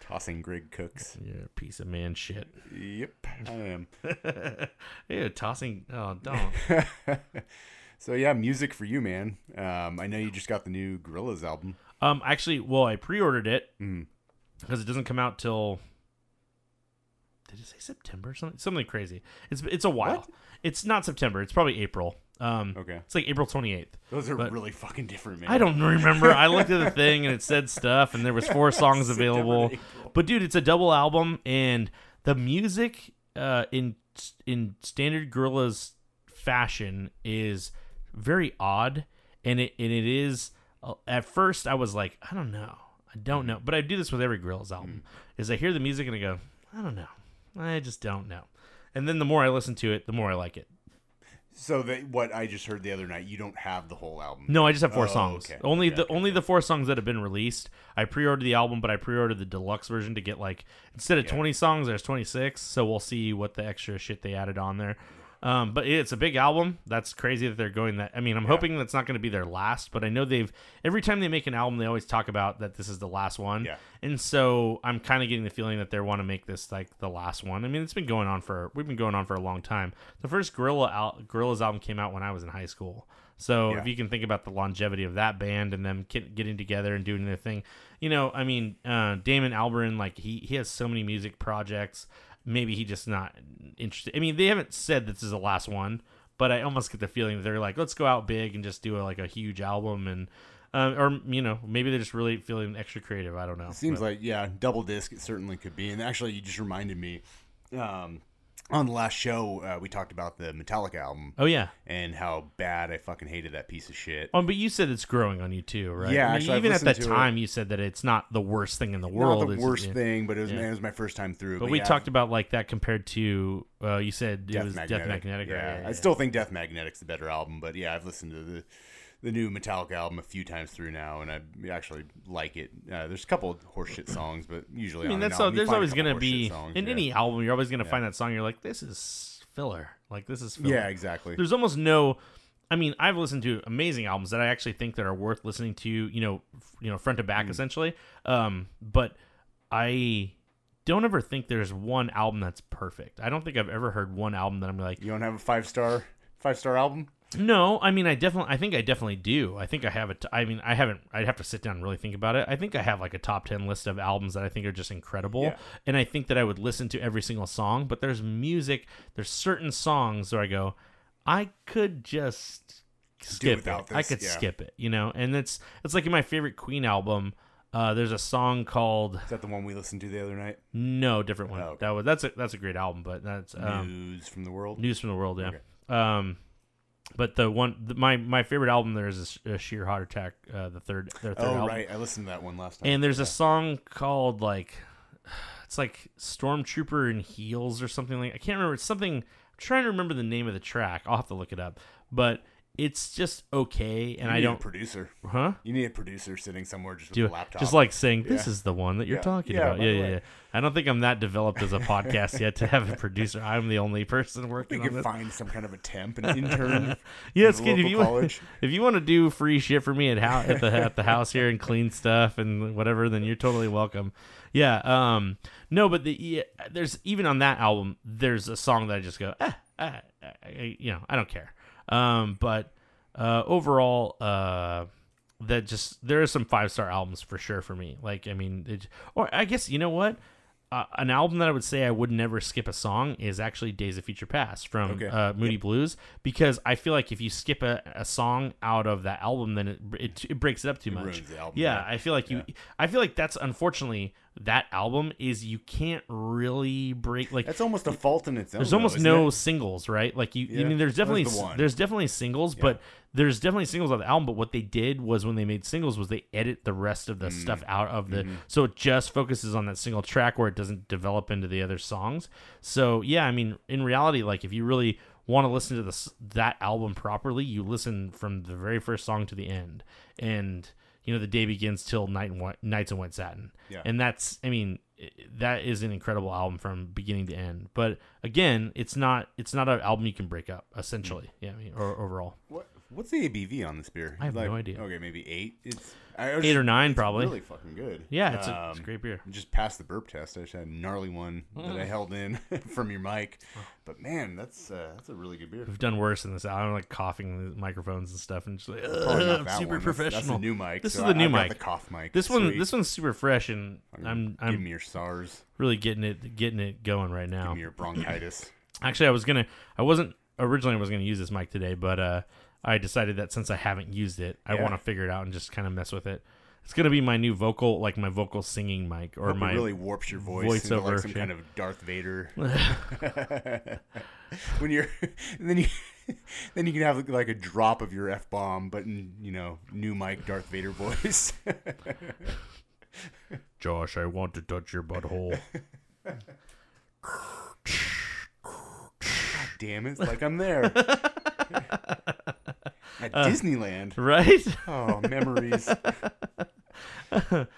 S5: Tossing Greg Cooks.
S4: You're a piece of man shit.
S5: Yep, I am.
S4: Ew, tossing. Oh, don't.
S5: So yeah, music for you, man. Um, I know you just got the new Gorillas album.
S4: um, actually, well, I pre-ordered it
S5: Mm.
S4: because it doesn't come out till. Did it say September? Something, something crazy. It's it's a while. It's not September. It's probably April. Um,
S5: Okay.
S4: It's like April twenty eighth.
S5: Those are
S4: But-
S5: really fucking different, man.
S4: I don't remember. I looked at the thing and it said stuff, and there was four songs
S5: September to
S4: available.
S5: April.
S4: But dude, it's a double album, and the music uh, in in standard Gorillas fashion is very odd, and it and it is. uh, At first, I was like, I don't know, I don't know. But I do this with every Gorillas album. Is I hear the music and I go, I don't know, I just don't know. And then the more I listen to it, the more I like it.
S5: So that what I just heard the other night, you don't have the whole album.
S4: No, I just have four
S5: Oh,
S4: songs.
S5: okay.
S4: Only
S5: Okay,
S4: the
S5: okay,
S4: only the four songs that have been released. I pre-ordered the album, but I pre-ordered the deluxe version to get like instead of twenty songs, there's twenty six. So we'll see what the extra shit they added on there. Um, but it's a big album. That's crazy that they're going that. I mean, I'm hoping that's not going to be their last, but I know they've every time they make an album, they always talk about that this is the last one.
S5: Yeah.
S4: And so I'm kind of getting the feeling that they want to make this like the last one. I mean, it's been going on for we've been going on for a long time. The first Gorilla al- Gorillas album came out when I was in high school. So if
S5: Yeah.
S4: you can think about the longevity of that band and them get, getting together and doing their thing, you know, I mean, uh, Damon Albarn, like he he has so many music projects. Maybe he just not interested. I mean, they haven't said this is the last one, but I almost get the feeling that they're like, let's go out big and just do like a huge album and. Um, or you know maybe they're just really feeling extra creative. I don't know.
S5: Seems like yeah, double disc it certainly could be. And actually, you just reminded me. Um, on the last show, uh, we talked about the Metallica album
S4: Oh yeah.
S5: and how bad I fucking hated that piece of shit.
S4: Oh, but you said it's growing on you too, right?
S5: Yeah,
S4: I mean,
S5: actually, I've
S4: even at
S5: listened
S4: that
S5: to it.
S4: time, you said that it's not the worst thing in the
S5: Not
S4: world.
S5: the
S4: It's-
S5: worst
S4: yeah.
S5: thing, but it was man, it was my first time through.
S4: But we
S5: yeah,
S4: talked about like that compared to uh, you said it was Death Magnetic. right?
S5: Yeah.
S4: Yeah, yeah,
S5: I still think Death Magnetic's the better album, but yeah, I've listened to the the new Metallica album a few times through now, and I actually like it. Uh, there's a couple horseshit songs, but usually
S4: I mean,
S5: on an
S4: that's
S5: album,
S4: all,
S5: you
S4: there's
S5: find a
S4: always
S5: couple
S4: gonna
S5: horseshit
S4: be
S5: songs,
S4: in
S5: yeah.
S4: any album. You're always gonna find that song. You're like, this is filler. Like this is filler.
S5: Yeah, exactly.
S4: There's almost no. I mean, I've listened to amazing albums that I actually think that are worth listening to. You know, f- you know, front to back essentially. Um, but I don't ever think there's one album that's perfect. I don't think I've ever heard one album that I'm like,
S5: You don't have a five star five star album?
S4: no. I mean, I definitely, I think I definitely do. I think I have a. T- I mean, I haven't. I'd have to sit down and really think about it. I think I have like a top ten list of albums that I think are just incredible,
S5: Yeah.
S4: and I think that I would listen to every single song. But there's music. There's certain songs where I go, I could just skip it.
S5: without
S4: I
S5: this,
S4: could
S5: yeah.
S4: skip it. You know, and it's it's like in my favorite Queen album. Uh, there's a song called
S5: Is that the one we listened to the other night?
S4: No Different One.
S5: Oh, okay.
S4: That was that's a that's a great album, but that's um,
S5: News from the world.
S4: News from the World, yeah. Um, but the one, the, my my favorite album there is a, Sh- a Sheer Heart Attack, uh, the third, their third
S5: oh
S4: album.
S5: right, I listened to that one last time.
S4: And there's a song called like, it's like Stormtrooper in Heels or something like. I can't remember. It's something. I'm trying to remember the name of the track. I'll have to look it up. But it's just okay, and
S5: You
S4: I
S5: need a
S4: don't.
S5: producer.
S4: Huh?
S5: You need a producer sitting somewhere just with
S4: do
S5: a laptop.
S4: just like saying this is the one that you're
S5: Yeah.
S4: talking
S5: Yeah,
S4: about.
S5: by
S4: Yeah,
S5: the
S4: yeah,
S5: way.
S4: yeah. I don't think I'm that developed as a podcast yet to have a producer. I'm the only person
S5: we
S4: working on
S5: could
S4: this.
S5: find some kind of a temp, an intern.
S4: Yes,
S5: the
S4: kid. If
S5: local
S4: you
S5: college.
S4: if you want to do free shit for me at how at the at the house here and clean stuff and whatever, then you're totally welcome. Yeah. Um. No, but the yeah, there's even on that album, there's a song that I just go, ah, ah, ah, I- you know, I don't care. Um. But uh, overall, uh, that just there are some five star albums for sure for me. Like, I mean, it, or I guess you know what. uh, an album that I would say I would never skip a song is actually Days of Future Past from
S5: Okay.
S4: uh, Moody Blues because I feel like if you skip a, a song out of that album, then it it, it breaks it up too much.
S5: ruins the album,
S4: yeah,
S5: yeah.
S4: I feel like you. I feel like that's unfortunately that album is you can't really break like
S5: That's almost a fault in its own.
S4: there's
S5: though,
S4: almost
S5: isn't
S4: no
S5: it?
S4: singles, right? Like you, I
S5: Yeah.
S4: mean, there's definitely
S5: There's the
S4: s-
S5: one.
S4: there's definitely singles, but there's definitely singles on the album. But what they did was when they made singles was they edit the rest of the
S5: Mm.
S4: stuff out of the,
S5: Mm-hmm.
S4: so it just focuses on that single track where it doesn't develop into the other songs. So yeah, I mean, in reality, like if you really want to listen to this that album properly, you listen from the very first song to the end, and you know the day begins till night and white, nights and white satin.
S5: Yeah.
S4: And that's, I mean, i- that is an incredible album from beginning to end. But again, it's not it's not an album you can break up essentially.
S5: Mm.
S4: Yeah, I mean, or overall,
S5: What, what's the ABV on this beer?
S4: I have no idea.
S5: Okay, maybe eight. It's I was
S4: eight or
S5: just-
S4: nine
S5: it's
S4: probably.
S5: Really fucking good.
S4: yeah, it's a, it's a
S5: Um,
S4: great beer.
S5: Just passed the burp test. I just had a gnarly one that
S4: Mm.
S5: I held in from your mic,
S4: Oh.
S5: but man, that's uh, that's a really good beer.
S4: We've done worse in this. I'm like coughing in the microphones and stuff, and just like
S5: Probably not
S4: "Ugh, I'm
S5: that
S4: super
S5: one. That's-
S4: professional.
S5: That's, the new mic.
S4: This
S5: so
S4: is the
S5: I-
S4: new
S5: I've got
S4: mic.
S5: the cough mic.
S4: This one
S5: Sweet.
S4: this one's super fresh, and I'm
S5: give me
S4: I'm
S5: your SARS.
S4: really getting it getting it going right now.
S5: Give me your bronchitis.
S4: Actually, I was gonna. I wasn't originally. I was gonna use this mic today, but uh, I decided that since I haven't used it, I
S5: Yeah.
S4: want to figure it out and just kind of mess with it. It's gonna be my new vocal, like my vocal singing mic, or
S5: Hope it
S4: my
S5: really warps your voice into like
S4: voiceover
S5: some
S4: shit.
S5: kind of Darth Vader. when you're, and then you, then you can have like a drop of your f bomb, but in you know new Mike Darth Vader voice.
S4: Josh. I want to touch your butthole.
S5: Damn it! it's Like I'm there at Disneyland.
S4: right?
S5: Oh, memories.
S4: Get out of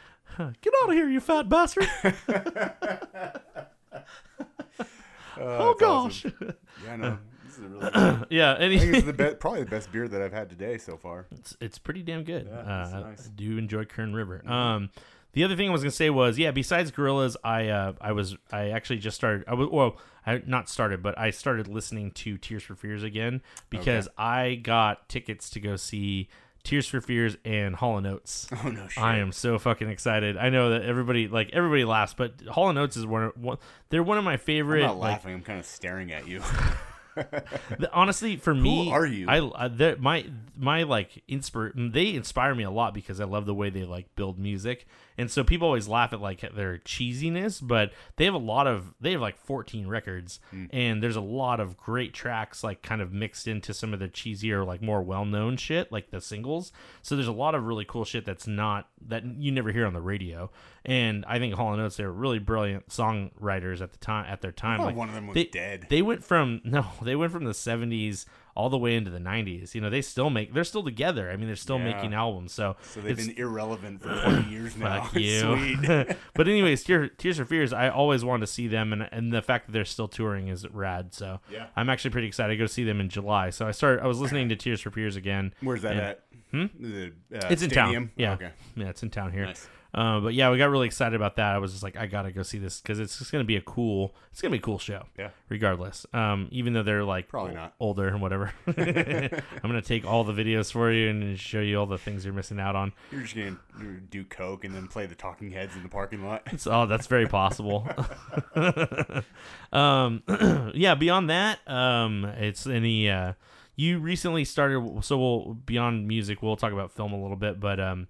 S4: here, you fat bastard! oh
S5: that's
S4: gosh.
S5: awesome. Yeah, no, this is a really. Good.
S4: yeah. Any.
S5: I think it's the be- probably the best beer that I've had today so far.
S4: it's it's pretty damn good.
S5: that's
S4: uh,
S5: nice.
S4: I do enjoy Kern River. Um, the other thing I was gonna say was yeah. Besides gorillas, I uh, I was I actually just started. I was well, I not started, but I started listening to Tears for Fears again because I got tickets to go see Tears for Fears and Hall and Oates.
S5: Oh no, shit.
S4: I am so fucking excited. I know that everybody like everybody laughs, but Hall and Oates is one, of- one they're one of my
S5: I'm
S4: favorite.
S5: not
S4: like,
S5: laughing. I'm kind of staring at you.
S4: the- honestly, for me,
S5: are you?
S4: I uh, they're- my my like inspir they inspire me a lot because I love the way they like build music, and so people always laugh at like their cheesiness, but they have a lot of they have like 14 records,
S5: Mm.
S4: and there's a lot of great tracks like kind of mixed into some of the cheesier like more well known shit like the singles. So there's a lot of really cool shit that's not that you never hear on the radio, and I think Hall and Oates they were really brilliant songwriters at the time at their time.
S5: thought
S4: like,
S5: one of them was
S4: they-
S5: dead.
S4: they went from no, they went from the '70s all the way into the '90s. You know, they still make, they're still together. I mean, they're still
S5: Yeah.
S4: making albums. So,
S5: So they've
S4: it's-
S5: been irrelevant for 20 years now.
S4: fuck you.
S5: Sweet.
S4: but anyways, Tear, Tears for Fears, I always wanted to see them, and and the fact that they're still touring is rad. So,
S5: Yeah.
S4: I'm actually pretty excited to go see them in July. So I started, I was listening to Tears for Fears again.
S5: Where's that
S4: and-
S5: at? The, uh,
S4: Hmm? It's in
S5: stadium?
S4: town. Yeah.
S5: Okay.
S4: Yeah, it's in town here.
S5: Nice.
S4: Uh, but yeah, we got really excited about that. I was just like, I gotta go see this because it's just gonna be a cool, it's gonna be a cool show.
S5: Yeah.
S4: Regardless, um, even though they're like
S5: Probably not.
S4: older and whatever. I'm gonna take all the videos for you and show you all the things you're missing out on.
S5: You're just going to do coke and then play the Talking Heads in the parking lot.
S4: It's, oh, that's very possible. um, yeah. Beyond that, um, it's any. Uh, you recently started, so we'll beyond music. We'll talk about film a little bit, but um,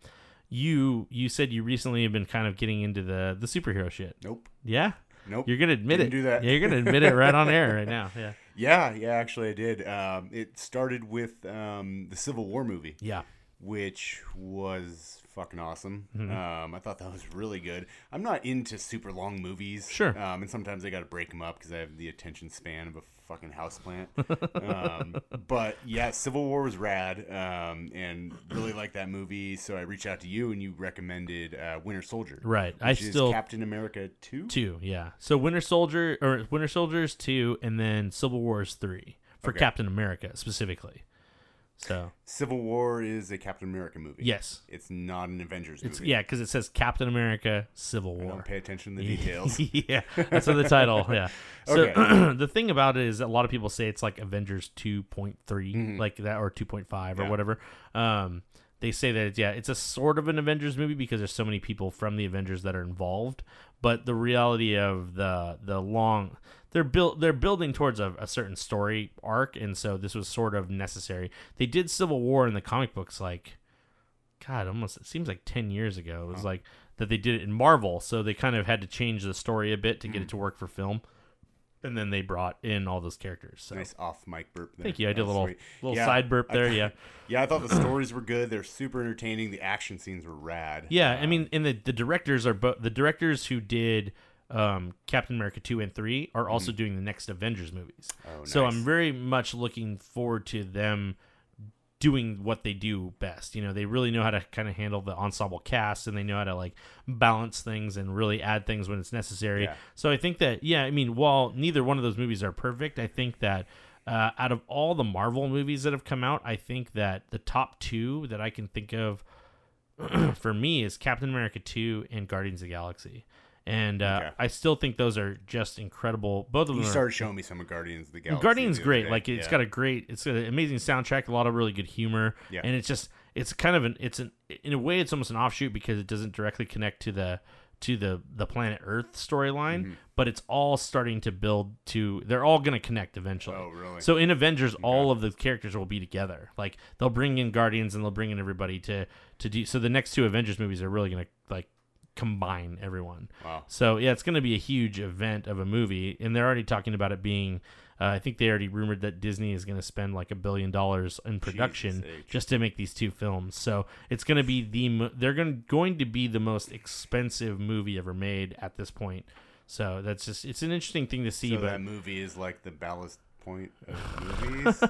S4: you you said you recently have been kind of getting into the the superhero shit.
S5: Nope.
S4: Yeah.
S5: Nope.
S4: You're gonna admit
S5: Didn't
S4: it.
S5: do that.
S4: Yeah, you're gonna admit it right on air right now. Yeah.
S5: Yeah, yeah, actually I did. Um, it started with um, the Civil War movie.
S4: Yeah.
S5: which was fucking awesome.
S4: Mm-hmm.
S5: Um, I thought that was really good. I'm not into super long movies,
S4: Sure.
S5: um, and sometimes I got to break them up because I have the attention span of a fucking houseplant. um, but yeah, Civil War was rad, um, and really liked that movie. So I reached out to you, and you recommended uh, Winter Soldier,
S4: Right. I
S5: Which is
S4: still
S5: Captain America two.
S4: two. Yeah. So Winter Soldier or Winter Soldiers two, and then Civil Wars three for
S5: Okay.
S4: Captain America specifically. So
S5: Civil War is a Captain America movie.
S4: yes,
S5: it's not an Avengers movie.
S4: It's, yeah, because it says Captain America Civil
S5: I
S4: War.
S5: don't pay attention to the details.
S4: yeah, that's the title. Yeah. So
S5: Okay.
S4: the thing about it is, a lot of
S5: Mm-hmm.
S4: people say it's like Avengers 2.3, like that, or 2.5 or whatever. Um, they say that it's, yeah, it's a sort of an Avengers movie because there's so many people from the Avengers that are involved. But the reality of the the long they're built they're building towards a, a certain story arc, and so this was sort of necessary. They did Civil War in the comic books like God, almost it seems like ten years ago. It was like that they did it in Marvel, so they kind of had to change the story a bit to
S5: Hmm.
S4: get it to work for film, and then they brought in all those characters. So
S5: Nice off mic burp. There.
S4: thank you. I
S5: That
S4: did a
S5: was
S4: little
S5: sweet.
S4: little
S5: Yeah,
S4: side burp
S5: I
S4: there.
S5: thought-
S4: yeah,
S5: Yeah, I thought the stories were good. They're super entertaining. The action scenes were rad.
S4: yeah. I mean, and the the directors are both the directors who did um, Captain America two and three
S5: Hmm.
S4: are also doing the next Avengers movies.
S5: Oh,
S4: So
S5: nice.
S4: I'm very much looking forward to them doing what they do best. You know, they really know how to kind of handle the ensemble cast and they know how to like balance things and really add things when it's necessary.
S5: Yeah.
S4: So I think that yeah, I mean, while neither one of those movies are perfect, I think that uh, out of all the Marvel movies that have come out, I think that the top two that I can think of for me is Captain America 2 and Guardians of the Galaxy. And uh,
S5: Okay.
S4: I still think those are just incredible. Both of
S5: you
S4: them are
S5: started showing me some of Guardians of the Galaxy.
S4: Guardian's
S5: the other
S4: great.
S5: day.
S4: Like it's
S5: Yeah.
S4: got a great, it's got an amazing soundtrack, a lot of really good humor,
S5: Yeah.
S4: and it's just it's kind of an it's an in a way it's almost an offshoot because it doesn't directly connect to the to the the planet Earth storyline,
S5: Mm-hmm.
S4: but it's all starting to build to they're all going to connect eventually.
S5: Oh, really?
S4: So in Avengers, all of the characters will be together. Like they'll bring in Guardians and they'll bring in everybody to to do. So the next two Avengers movies are really going to like combine everyone.
S5: Wow.
S4: So yeah, it's going to be a huge event of a movie, and they're already talking about it being. Uh, I think they already rumored that Disney is going to spend like a billion dollars in production
S5: Jesus H.
S4: just to make these two films. So it's going to be the mo- they're going going to be the most expensive movie ever made at this point. So that's just it's an interesting thing to see.
S5: So
S4: but
S5: that movie is like the ballast point of movies.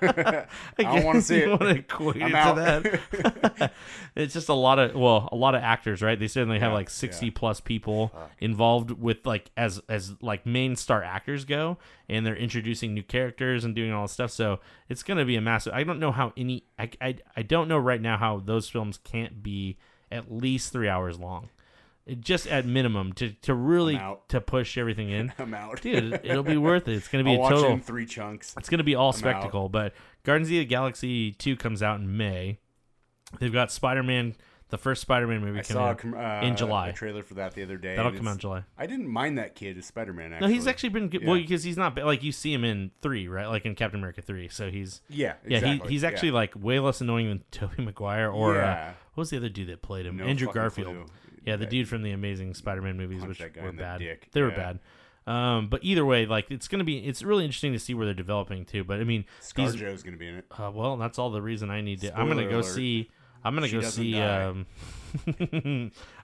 S5: I don't want to see
S4: want
S5: it.
S4: to equate
S5: I'm
S4: it
S5: out.
S4: to that. it's just a lot of well, a lot of actors, right? They certainly have like sixty plus people involved with like as as like main star actors go, and they're introducing new characters and doing all this stuff. So it's gonna be a massive. I don't know how any. I I, I don't know right now how those films can't be at least three hours long. It- Just at minimum to, to really
S5: out.
S4: to push everything in,
S5: I'm out.
S4: dude. It'll be worth it. It's gonna be
S5: I'll
S4: a
S5: watch it
S4: total
S5: in three chunks.
S4: it's going to be all
S5: out.
S4: spectacle. But Guardians of the Galaxy 2 comes out in May. They've got Spider Man, the first Spider Man movie
S5: I
S4: coming
S5: saw a,
S4: out
S5: com- uh,
S4: in July.
S5: a trailer for that the other day.
S4: That'll
S5: and
S4: come out in
S5: it's-
S4: July.
S5: I didn't mind that kid as Spider Man.
S4: No, he's actually been good. Well,
S5: yeah.
S4: because he's not ba- like you see him in three, right? Like in Captain America three. So he's
S5: Yeah,
S4: yeah.
S5: exactly,
S4: He, he's
S5: yeah.
S4: actually like way less annoying than Tobey Maguire or uh,
S5: Yeah.
S4: what was the other dude that played him?
S5: No
S4: Andrew
S5: fucking
S4: Garfield.
S5: clue.
S4: Yeah, the dude from the Amazing Spider-Man movies,
S5: Punch
S4: which
S5: that guy
S4: were
S5: in the
S4: bad.
S5: dick.
S4: They were
S5: Yeah.
S4: bad. Um, but either way, like it's gonna be, it's really interesting to see where they're developing too. But I mean, these
S5: ScarJo's gonna be in it.
S4: Uh, well, that's all the reason I need to. I'm gonna
S5: Spoiler
S4: go
S5: alert.
S4: see. I'm gonna
S5: She
S4: go
S5: doesn't
S4: see.
S5: die.
S4: Um,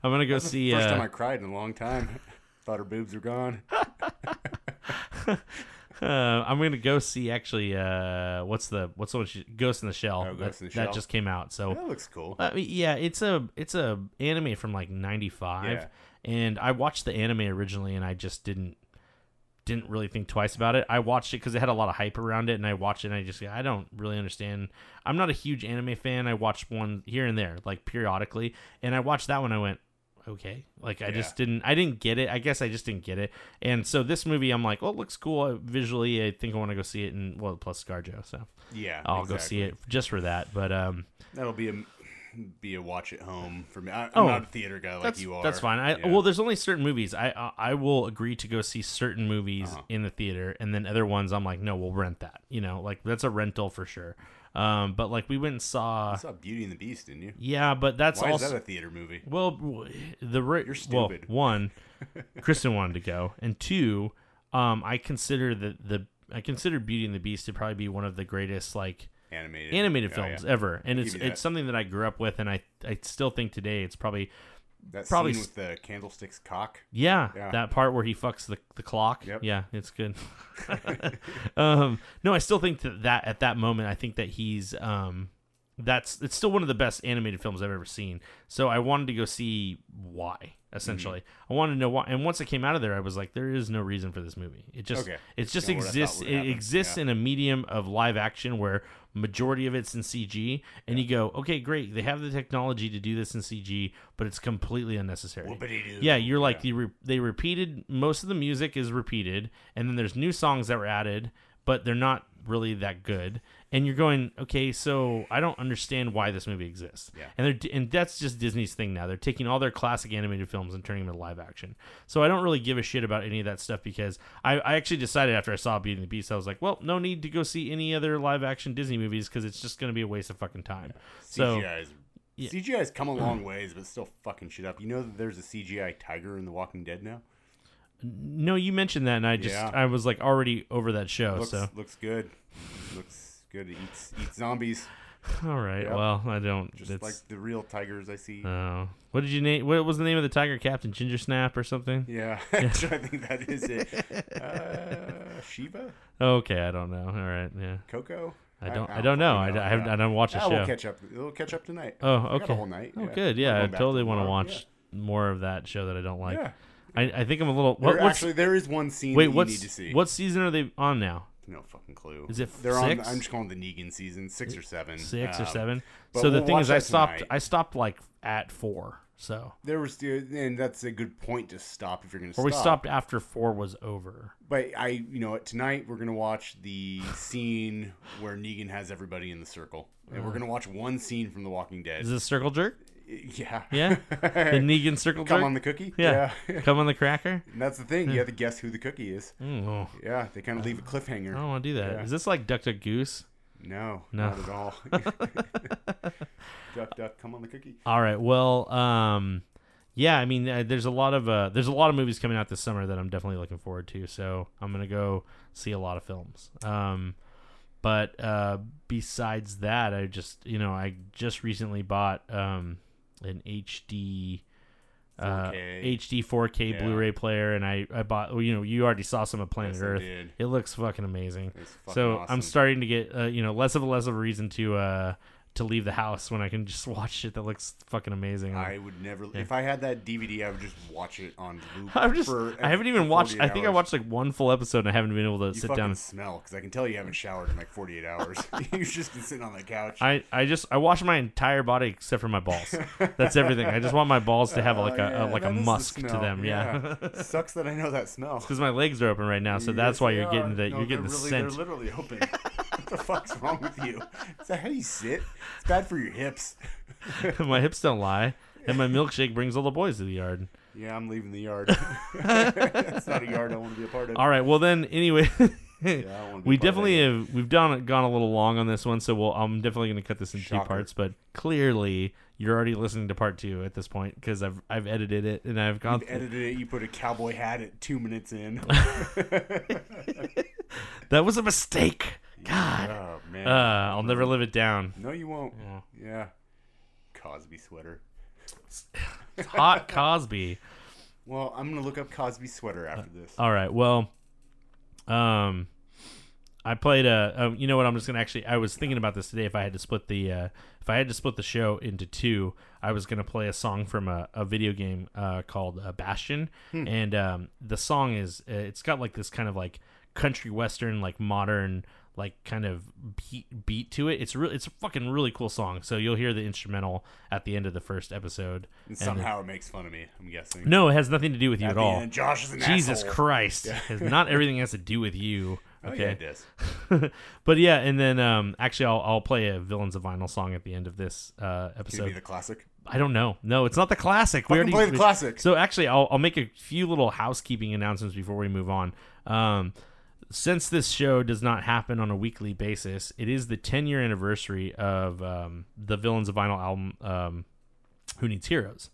S4: I'm gonna go see.
S5: First time
S4: Uh,
S5: I cried in a long time. Thought her boobs were gone.
S4: uh, I'm gonna go see. Actually, uh, what's the what's the one? She, Ghost in the Shell.
S5: Oh,
S4: that,
S5: Ghost in the
S4: that
S5: Shell.
S4: just came out. So
S5: That looks cool.
S4: I mean, yeah, it's a it's a anime from like '95,
S5: Yeah.
S4: and I watched the anime originally, and I just didn't didn't really think twice about it. I watched it because it had a lot of hype around it, and I watched it, and I just I don't really understand. I'm not a huge anime fan. I watched one here and there, like periodically, and I watched that one. I went okay, like I just didn't I didn't get it. I guess I just didn't get it. And so this movie, I'm like, well, it looks cool visually. I think I want to go see it, and well, plus ScarJo, so
S5: Yeah,
S4: I'll go see it just for that. But um.
S5: That'll be a be a watch at home for me. I, I'm
S4: Oh,
S5: not a theater guy like
S4: that's,
S5: you are.
S4: That's fine. I
S5: Yeah.
S4: well, there's only certain movies I I I will agree to go see certain movies
S5: Uh-huh.
S4: in the theater, and then other ones I'm like, no, we'll rent that. You know, like that's a rental for sure. Um, but like we went and saw,
S5: I saw Beauty and the Beast, didn't you?
S4: yeah, but that's
S5: Why
S4: also
S5: is that a theater movie?
S4: well, w- the ri-
S5: You're
S4: well,
S5: stupid.
S4: one, Kristen wanted to go, and two, um, I consider the the I consider Beauty and the Beast to probably be one of the greatest like
S5: Animated.
S4: animated
S5: Oh,
S4: films
S5: yeah.
S4: ever, and it's
S5: give you that.
S4: it's something that I grew up with, and I I still think today it's probably
S5: That
S4: Probably
S5: scene
S4: s-
S5: with the candlestick's cock.
S4: Yeah,
S5: Yeah.
S4: that part where he fucks the, the clock.
S5: Yep.
S4: Yeah, it's good. um, no, I still think that, that at that moment, I think that he's um, that's it's still one of the best animated films I've ever seen. So I wanted to go see why. Essentially,
S5: Mm-hmm.
S4: I wanted to know why. And once I came out of there, I was like, there is no reason for this movie. It just
S5: Okay.
S4: it just
S5: Not what I thought
S4: exists.
S5: would
S4: It
S5: happen.
S4: exists
S5: Yeah.
S4: in a medium of live action where majority of it's in CG, and you go, okay, great, they have the technology to do this in CG, but it's completely unnecessary.
S5: Whoopity-doo.
S4: Yeah, you're like the re- they repeated most of the music is repeated, and then there's new songs that were added, but they're not really that good and you're going okay so i don't understand why this movie exists
S5: Yeah.
S4: and they're and that's just disney's thing now they're taking all their classic animated films and turning them into live action so i don't really give a shit about any of that stuff because i, I actually decided after i saw beauty and the beast i was like well no need to go see any other live action disney movies because it's just going to be a waste of fucking time so
S5: CGI's CGI's come a long ways, but still fucking shit up. You know that there's a CGI tiger in The Walking Dead now.
S4: no you mentioned that and i just
S5: Yeah.
S4: i was like already over that show
S5: Looks
S4: so
S5: looks good. Looks good. It eats eats zombies
S4: all right
S5: yeah.
S4: well i don't
S5: just
S4: it's-
S5: like the real tigers I see.
S4: Oh, what did you name? What was the name of the tiger captain? Ginger Snap or something?
S5: yeah, actually, I think that is it. Uh, Shiva,
S4: Okay, I don't know. All right, yeah.
S5: Coco.
S4: I don't. I, don't know. I, I haven't. I don't watch the
S5: Ah, we'll
S4: show.
S5: catch up. We'll catch up tonight.
S4: oh,
S5: I
S4: okay.
S5: got a whole night.
S4: Oh, good.
S5: I'm
S4: Yeah, I
S5: going back
S4: totally want to
S5: tomorrow.
S4: watch more of that show that I don't like.
S5: Yeah.
S4: I, I think I'm a little.
S5: There
S4: What, what's,
S5: actually, there is one scene
S4: wait,
S5: that you
S4: what's
S5: need to see.
S4: what season are they on now?
S5: No fucking clue.
S4: Is it
S5: They're
S4: six?
S5: on. I'm just calling the Negan season six or seven.
S4: Six or
S5: Um,
S4: seven.
S5: but
S4: So the
S5: we'll
S4: thing
S5: watch
S4: is, I
S5: that
S4: stopped.
S5: tonight.
S4: I stopped like at four. So
S5: There was, uh, and that's a good point to stop if you're going to.
S4: or we stopped after four was over.
S5: But I, you know, what, tonight we're gonna watch the scene where Negan has everybody in the circle, and we're gonna watch one scene from The Walking Dead.
S4: Uh. Is this circle jerk?
S5: yeah,
S4: Yeah, the Negan circle
S5: Come
S4: jerk.
S5: on the cookie.
S4: yeah,
S5: Yeah.
S4: come on the cracker.
S5: and that's the thing. You have to guess who the cookie is.
S4: Mm, Hmm. oh.
S5: Yeah, they kind of leave a
S4: I
S5: cliffhanger.
S4: don't want to do that. Is
S5: Yeah.
S4: this like Duck Duck Goose?
S5: No,
S4: No.
S5: not at all. duck, duck, come on the cookie.
S4: All right. Well, um, yeah. I mean, uh, there's a lot of uh, there's a lot of movies coming out this summer that I'm definitely looking forward to. So I'm gonna go see a lot of films. Um, but uh, besides that, I just you know I just recently bought um, an HD. Uh,
S5: 4K.
S4: HD 4K
S5: Yeah.
S4: Blu-ray player, and I I bought. Well, you know, you already saw some of Planet
S5: Yes, I
S4: Earth.
S5: did.
S4: It looks fucking amazing.
S5: It's fucking
S4: so I'm
S5: awesome.
S4: starting to get uh, you know less of a less of a reason to uh to leave the house when I can just watch shit that looks fucking amazing.
S5: I would never. If I had that DVD, I would just watch it on loop.
S4: I'm just
S5: for-
S4: I haven't even
S5: for
S4: watched.
S5: 48
S4: I think I
S5: hours.
S4: watched like one full episode and I haven't been able to
S5: You
S4: sit
S5: fucking
S4: down. and-
S5: smell because I can tell you haven't showered in like 48 hours. You've just been sitting on the couch.
S4: I, I just I wash my entire body except for my balls. That's everything. I just want my balls to have
S5: Oh,
S4: like a, a
S5: yeah,
S4: like a
S5: that is the
S4: musk to
S5: smell.
S4: them. Yeah.
S5: Sucks that I know that smell.
S4: Because my legs are open right now, so that's
S5: Yes,
S4: why
S5: they
S4: you're
S5: are.
S4: getting the
S5: No,
S4: you're getting the
S5: they're really,
S4: scent.
S5: They're literally open. what the fuck's wrong with you? Is that how you sit? It's bad for your hips.
S4: my hips don't lie, and my milkshake brings all the boys to the yard.
S5: Yeah, I'm leaving the yard. That's not a yard I want to be a part of.
S4: All right. Well, then anyway,
S5: I wanna be
S4: we
S5: part of
S4: definitely
S5: it.
S4: have we've done gone a little long on this one, so we'll I'm definitely going to cut this in two
S5: Shocker.
S4: parts. But clearly, you're already listening to part two at this point because I've I've edited it and I've gone.
S5: You
S4: through-
S5: edited it. You put a cowboy hat at two minutes in.
S4: that was a mistake. God.
S5: oh man.
S4: Uh, I'll never live it down.
S5: no, you won't. yeah. Cosby sweater.
S4: Hot Cosby.
S5: Well, I'm gonna look up Cosby sweater
S4: Uh,
S5: after this.
S4: All right. Well, um, I played a. Um, you know what? I'm just gonna actually. I was thinking about this today. If I had to split the, uh, if I had to split the show into two, I was gonna play a song from a, a video game uh, called uh, Bastion,
S5: Hmm.
S4: and um, the song is. Uh, it's got like this kind of like country western, like modern, like kind of beat beat to it. It's real. It's a fucking really cool song. So you'll hear the instrumental at the end of the first episode.
S5: and
S4: then-
S5: somehow it makes fun of me. I'm guessing.
S4: no, it has nothing to do with you
S5: At
S4: at
S5: the
S4: all.
S5: end, Josh is an
S4: Jesus
S5: asshole.
S4: Christ. Not everything has to do with you.
S5: Oh,
S4: Okay.
S5: yeah, it does.
S4: but yeah, and then um, actually, I'll, I'll play a Villains of Vinyl song at the end of this uh,
S5: Gonna
S4: episode.
S5: be the classic.
S4: I don't know. No, it's not the classic. We already
S5: Fucking play the
S4: we-
S5: classic.
S4: So actually, I'll, I'll make a few little housekeeping announcements before we move on. Um, since this show does not happen on a weekly basis, it is the 10 year anniversary of um, the Villains of Vinyl album, um, Who Needs Heroes.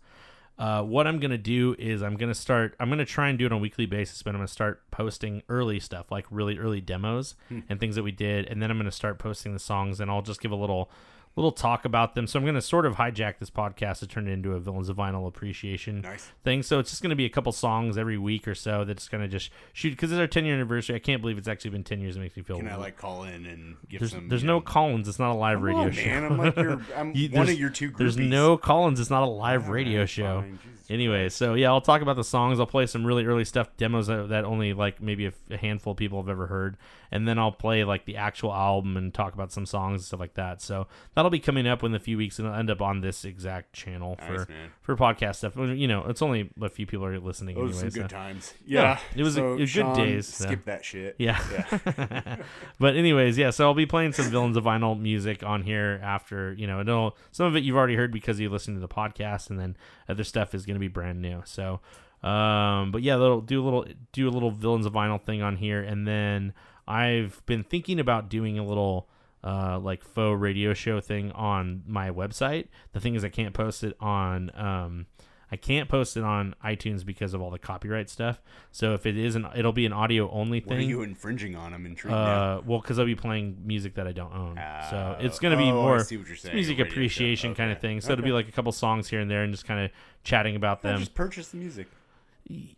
S4: Uh, what I'm gonna do is I'm gonna start. I'm gonna try and do it on a weekly basis, but I'm gonna start posting early stuff, like really early demos
S5: Hmm.
S4: and things that we did, and then I'm gonna start posting the songs, and I'll just give a little little talk about them. So I'm gonna sort of hijack this podcast to turn it into a Villains of Vinyl appreciation
S5: Nice.
S4: thing. So it's just gonna be a couple songs every week or so that's gonna just shoot because it's our 10 year anniversary. I can't believe it's actually been 10 years. It makes me feel.
S5: Can I
S4: old.
S5: like call in and
S4: Mm-hmm.
S5: give
S4: there's
S5: some?
S4: there's
S5: you
S4: no
S5: know,
S4: Collins. It's not a live radio
S5: oh,
S4: show.
S5: man, I'm like your, I'm
S4: You-
S5: one of
S4: there's-
S5: your two groupies.
S4: There's no Collins. It's not a live radio
S5: man,
S4: show.
S5: fine, Jesus
S4: Anyway, so yeah, I'll talk about the songs. I'll play some really early stuff, demos that, that only like maybe a, f- a handful of people have ever heard, and then I'll play like the actual album and talk about some songs and stuff like that. So that'll that'll be coming up in a few weeks, and it'll end up on this exact channel for
S5: Nice, man.
S4: for podcast stuff. Well, You know, it's only a few people are listening
S5: Those
S4: anyway.
S5: are some good
S4: so-
S5: times.
S4: Yeah,
S5: Yeah,
S4: it was a-
S5: so
S4: it was good
S5: Sean,
S4: days, so.
S5: Skip that shit.
S4: Yeah.
S5: yeah.
S4: but anyways, yeah. So I'll be playing some villains of vinyl music on here after you know. No, some of it you've already heard because you listened to the podcast, and then other stuff is going to be brand new. So, um, but yeah, they'll do a little do a little villains of vinyl thing on here, and then I've been thinking about doing a little. Uh, like faux radio show thing on my website. The thing is, I can't post it on um, I can't post it on iTunes because of all the copyright stuff. So if it isn't, it'll be an audio only thing.
S5: What are you infringing on? I'm intrigued now.
S4: Uh, well, because I'll be playing music that I don't own, so
S5: Oh.
S4: it's gonna be
S5: Oh, I
S4: more
S5: see what you're
S4: it's
S5: saying,
S4: music
S5: radio show.
S4: appreciation kind of
S5: Okay.
S4: thing. So it'll be like a couple songs here and there, and just kind of chatting about
S5: Yeah,
S4: them.
S5: just purchase the music.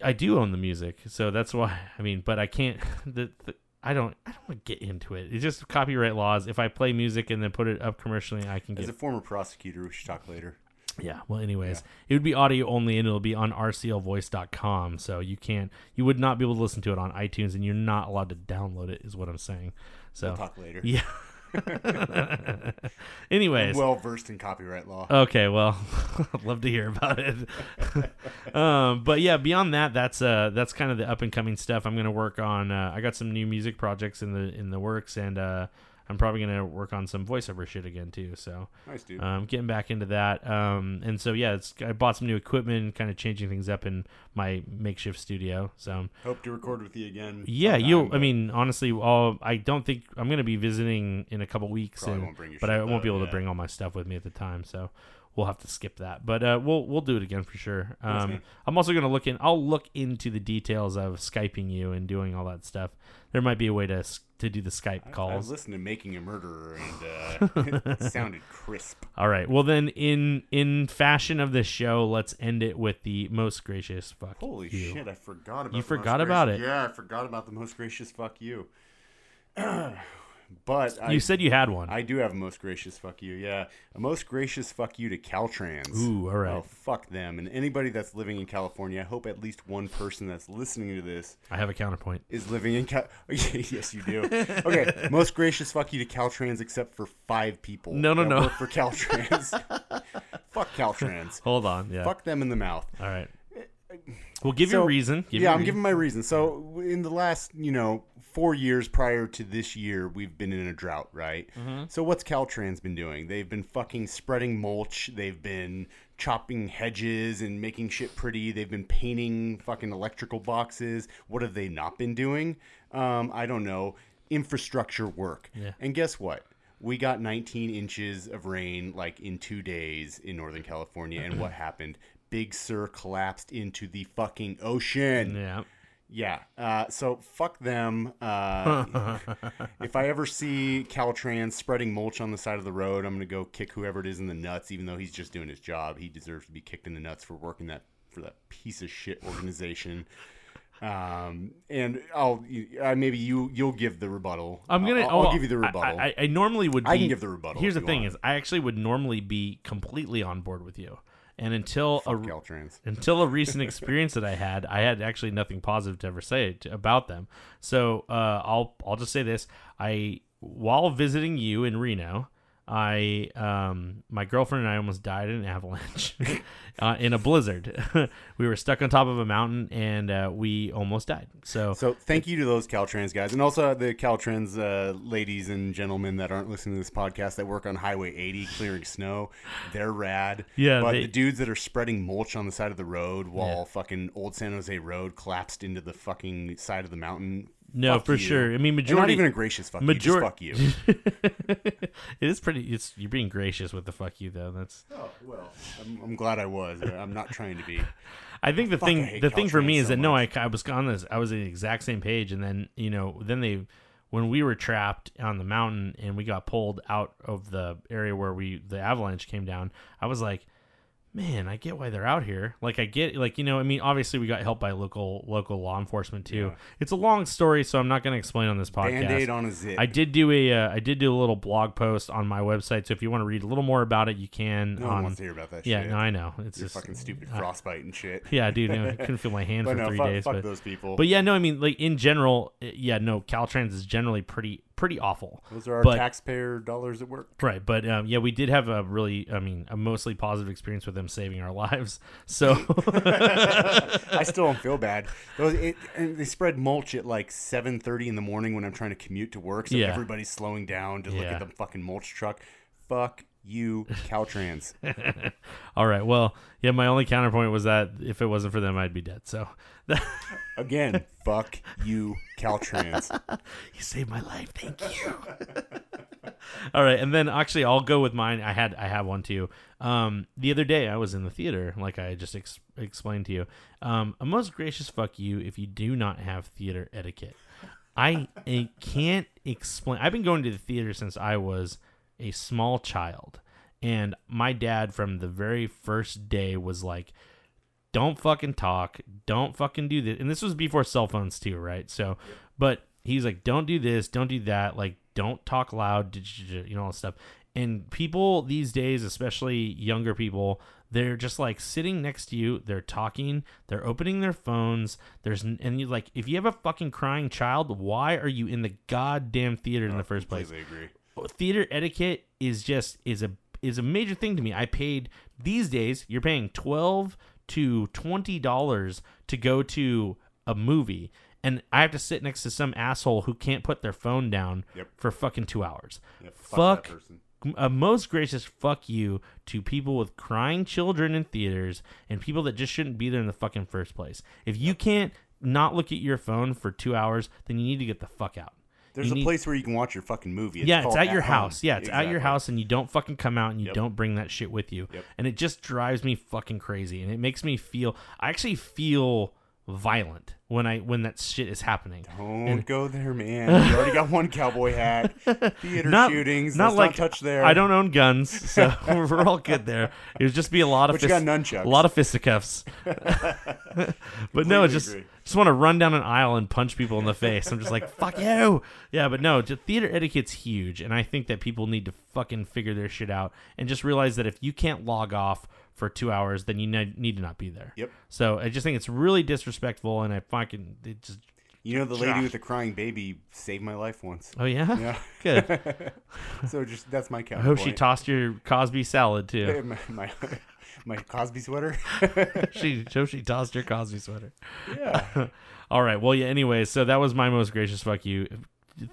S4: I do own the music, so that's why. I mean, but I can't. The, the I don't. I don't want to get into it. It's just copyright laws. If I play music and then put it up commercially, I can
S5: As
S4: get.
S5: a former prosecutor, we should talk later.
S4: yeah. Well, anyways, it would be audio only, and it'll be on rclvoice.com. So you can't. You would not be able to listen to it on iTunes, and you're not allowed to download it. Is what I'm saying. So
S5: Talk later.
S4: Yeah. Anyways.
S5: Well versed in copyright law.
S4: okay, well, I'd love to hear about it. um, but yeah, beyond that, that's uh that's kind of the up and coming stuff. I'm going to work on uh, I got some new music projects in the in the works and uh I'm probably going to work on some voiceover shit again too, so
S5: nice dude.
S4: um, getting back into that. Um, and so yeah, it's I bought some new equipment and kind of changing things up in my makeshift studio. So
S5: Hope to record with you again.
S4: yeah,
S5: sometime,
S4: you. I
S5: but
S4: mean, honestly, all I don't think I'm gonna be visiting in a couple weeks,
S5: Probably
S4: and-
S5: won't bring your
S4: but I
S5: shit,
S4: won't be
S5: though,
S4: able to
S5: yeah.
S4: bring all my stuff with me at the time, so we'll have to skip that. But uh, we'll we'll do it again for sure. Um, I'm also gonna look in. I'll look into the details of skyping you and doing all that stuff. There might be a way to s- to do the Skype
S5: I
S4: calls.
S5: was listening to Making a Murderer, and uh, it sounded crisp.
S4: all right. Well, then, in in fashion of this show, let's end it with the most gracious fuck.
S5: Holy
S4: you.
S5: shit! I forgot about
S4: You
S5: the most
S4: forgot about
S5: gracious-
S4: it.
S5: Yeah, I forgot about the most gracious fuck you. but I,
S4: You said you had one.
S5: I do have a most gracious fuck you. Yeah, a most gracious fuck you to Caltrans.
S4: Ooh, all right.
S5: Oh, fuck them and anybody that's living in California. I hope at least one person that's listening to this
S4: I have a counterpoint.
S5: is living in Cal. yes, you do. Okay, most gracious fuck you to Caltrans, except for five people.
S4: No, no,
S5: that
S4: no.
S5: Work for Caltrans. fuck Caltrans.
S4: Hold on. Yeah.
S5: Fuck them in the mouth.
S4: All right. Well, give
S5: So-
S4: your reason. Give
S5: yeah,
S4: your
S5: I'm
S4: reason.
S5: giving my reason. So in the last, you know, four years prior to this year, we've been in a drought, right? So what's Caltrans been doing? They've been fucking spreading mulch. They've been chopping hedges and making shit pretty. They've been painting fucking electrical boxes. What have they not been doing? Um, I don't know. Infrastructure work. And guess what? We got 19 inches of rain like in two days in Northern California, and what happened? Big Sur collapsed into the fucking ocean.
S4: Yeah.
S5: Yeah. Uh, so fuck them. Uh, if I ever see Caltrans spreading mulch on the side of the road, I'm gonna go kick whoever it is in the nuts. Even though he's just doing his job, he deserves to be kicked in the nuts for working that for that piece of shit organization. Um, and I'll uh, maybe you you'll give the rebuttal.
S4: I'm gonna.
S5: I'll, I'll
S4: oh,
S5: give you the
S4: I-
S5: rebuttal.
S4: I, I, I normally would. Be,
S5: I can give the rebuttal
S4: Here's
S5: if
S4: the
S5: you
S4: thing:
S5: want.
S4: is I actually would normally be completely on board with you, and until a
S5: Caltrans.
S4: until a recent experience that I had, I had actually nothing positive to ever say t about them. So uh, I'll I'll just say this: I while visiting you in Reno, I um, my girlfriend and I almost died in an avalanche uh, in a blizzard. we were stuck on top of a mountain and uh, we almost died. So,
S5: So thank you to those Caltrans guys, and also the Caltrans uh, ladies and gentlemen that aren't listening to this podcast that work on Highway 80 clearing snow. They're rad.
S4: Yeah,
S5: But
S4: they-
S5: the dudes that are spreading mulch on the side of the road while fucking old San Jose Road collapsed into the fucking side of the mountain.
S4: No,
S5: fuck
S4: for
S5: you.
S4: sure. I mean,
S5: And
S4: majority-
S5: not even a gracious fuck
S4: major-
S5: you. Just fuck you.
S4: it is pretty. It's you're being gracious with the fuck you though. That's.
S5: oh well, I'm, I'm glad I was. I'm not trying to be.
S4: I think the
S5: I
S4: thing
S5: hate
S4: the thing for
S5: Caltrans
S4: me is
S5: so
S4: that no, I, I was on this. I was in the exact same page, and then you know, then they when we were trapped on the mountain and we got pulled out of the area where we the avalanche came down. I was like. Man, I get why they're out here. Like I get like you know, I mean obviously we got help by local local law enforcement too. It's a long story so I'm not going to explain on this podcast.
S5: Band-aid on a zip.
S4: I did do a uh, I did do a little blog post on my website, so if you want to read a little more about it, you can.
S5: No
S4: on,
S5: one wants to hear about that
S4: yeah,
S5: shit.
S4: no, I know. It's
S5: You're
S4: just
S5: fucking stupid frostbite and shit.
S4: yeah, dude. no, I couldn't feel my hand for
S5: But no,
S4: three
S5: fuck-
S4: days.
S5: fuck
S4: but
S5: those people.
S4: But yeah, no, I mean, like in general, eh, yeah, no. Caltrans is generally pretty pretty awful.
S5: Those are our
S4: But-
S5: taxpayer dollars at work.
S4: Right, but um, yeah, we did have a really, I mean, a mostly positive experience with them saving our lives. So
S5: I still don't feel bad. Those, it, and they spread mulch at like seven thirty in the morning when I'm trying to commute to work, so
S4: Yeah.
S5: everybody's slowing down to look
S4: Yeah.
S5: at the fucking mulch truck. Fuck you, Caltrans.
S4: All right. Well, yeah, my only counterpoint was that if it wasn't for them, I'd be dead. So
S5: Again, fuck you, Caltrans.
S4: you saved my life. Thank you. All right. And then actually I'll go with mine. I had I have one too. Um the other day I was in the theater like I just ex- explained to you. Um a most gracious fuck you if you do not have theater etiquette. I, I can't explain. I've been going to the theater since I was a small child. And my dad from the very first day was like don't fucking talk don't fucking do this and this was before cell phones too right so but he's like don't do this don't do that like don't talk loud you know all this stuff and people these days especially younger people they're just like sitting next to you they're talking they're opening their phones there's n- and you like if you have a fucking crying child why are you in the goddamn theater in the first place
S5: Oh, Completely agree.
S4: theater etiquette is just is a is a major thing to me. I paid these days you're paying 12 to 20 dollars to go to a movie and I have to sit next to some asshole who can't put their phone down
S5: Yep.
S4: for fucking 2 hours.
S5: fuck
S4: fuck
S5: that person.
S4: a most gracious fuck you to people with crying children in theaters and people that just shouldn't be there in the fucking first place. If you can't not look at your phone for 2 hours, then you need to get the fuck out.
S5: There's
S4: You
S5: a
S4: need-
S5: place where you can watch your fucking movie.
S4: yeah, it's
S5: called
S4: at your
S5: home.
S4: house. Yeah, it's at your
S5: Exactly.
S4: house, and you don't fucking come out and you
S5: Yep.
S4: don't bring that shit with you.
S5: Yep.
S4: And it just drives me fucking crazy, and it makes me feel. I actually feel violent when I when that shit is happening.
S5: Don't go there, man. You already got one cowboy hat. Theater shootings. Not Let's not touch there.
S4: I don't own guns, so we're all good there. It would just be a lot of
S5: But you got nunchucks.
S4: a lot of fisticuffs. but no,
S5: Completely
S4: just
S5: agree.
S4: just want to run down an aisle and punch people in the face. I'm just like fuck you, yeah. But no, just theater etiquette's huge, and I think that people need to fucking figure their shit out and just realize that if you can't log off for two hours, then you ne- need to not be there.
S5: Yep.
S4: So I just think it's really disrespectful, and I fucking it just
S5: You know the lady with the crying baby saved my life once.
S4: oh yeah,
S5: Yeah.
S4: good.
S5: So just that's my
S4: I
S5: counterpoint.
S4: hope she tossed your Cosby salad too.
S5: Hey, my, my my Cosby sweater.
S4: she so she tossed her Cosby sweater. Yeah. All right. Well, yeah. Anyway, so that was my most gracious fuck you.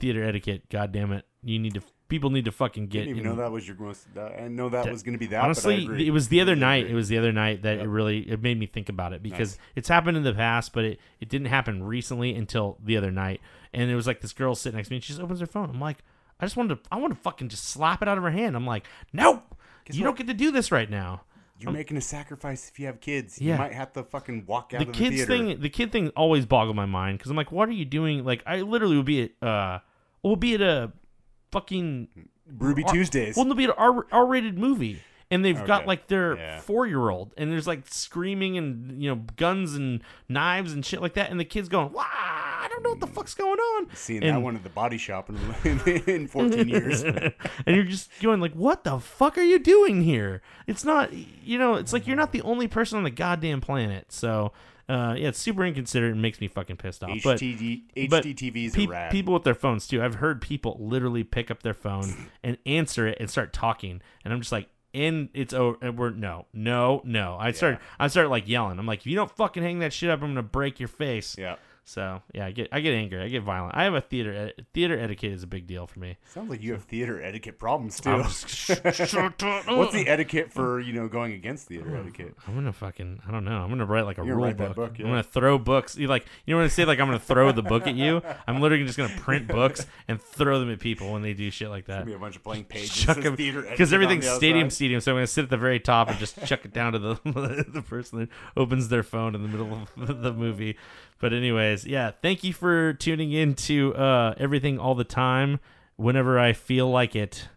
S4: Theater etiquette. God damn it. You need to. People need to fucking get.
S5: I didn't even
S4: in-
S5: know that was your most. Uh, I know that was going to be that. but I
S4: Honestly,
S5: agree.
S4: it was the other night. It was the other night that it really it made me think about it because it's happened in the past, but it, it didn't happen recently until the other night. And it was like this girl sitting next to me. and She just opens her phone. I'm like, I just wanted to. I want to fucking just slap it out of her hand. I'm like, nope. you don't get to do this right now.
S5: You're making a sacrifice if you have kids.
S4: um, Yeah.
S5: You might have to fucking walk out
S4: the
S5: of the
S4: kids
S5: theater.
S4: thing the kid thing always boggled my mind because i'm like what are you doing like i literally would be at uh we'll be at a fucking
S5: Ruby
S4: R-
S5: Tuesdays.
S4: uh, well they'll be at an R- r-rated movie and they've got
S5: Okay.
S4: like their
S5: Yeah.
S4: four-year-old and there's like screaming and you know guns and knives and shit like that and the kids going wow i don't know what the fuck's going on
S5: Seeing Mm. that
S4: and,
S5: one at the body shop in, in 14 years.
S4: and you're just going like what the fuck are you doing here it's not you know it's like you're not the only person on the goddamn planet so uh, yeah, it's super inconsiderate and makes me fucking pissed off. but
S5: HTD,
S4: but
S5: HDTVs
S4: peop-
S5: are rad.
S4: People with their phones too. I've heard people literally pick up their phone and answer it and start talking, and I'm just like, and it's over. And we're no, no, no. I started, I started like yelling. I'm like, if you don't fucking hang that shit up, I'm gonna break your face.
S5: yeah.
S4: So yeah, I get, I get angry, I get violent. I have a theater, et- theater etiquette is a big deal for me.
S5: Sounds like you have theater etiquette problems too.
S4: I'm just- shut up.
S5: What's the etiquette for you know going against theater etiquette?
S4: I'm gonna fucking I don't know. I'm gonna write like a
S5: You're gonna
S4: rule
S5: write
S4: book.
S5: that book, yeah.
S4: I'm gonna throw books. You like you know when I say like I'm gonna throw the book at you. I'm literally just gonna print books and throw them at people when they do shit like that.
S5: Be a bunch of blank pages.
S4: Chuck
S5: of
S4: them
S5: theater
S4: because
S5: etiquette on
S4: everything's
S5: the outside.
S4: stadium stadium. So I'm gonna sit at the very top and just chuck it down to the the person that opens their phone in the middle of the movie. But anyways, yeah. Thank you for tuning in to uh, everything all the time. Whenever I feel like it,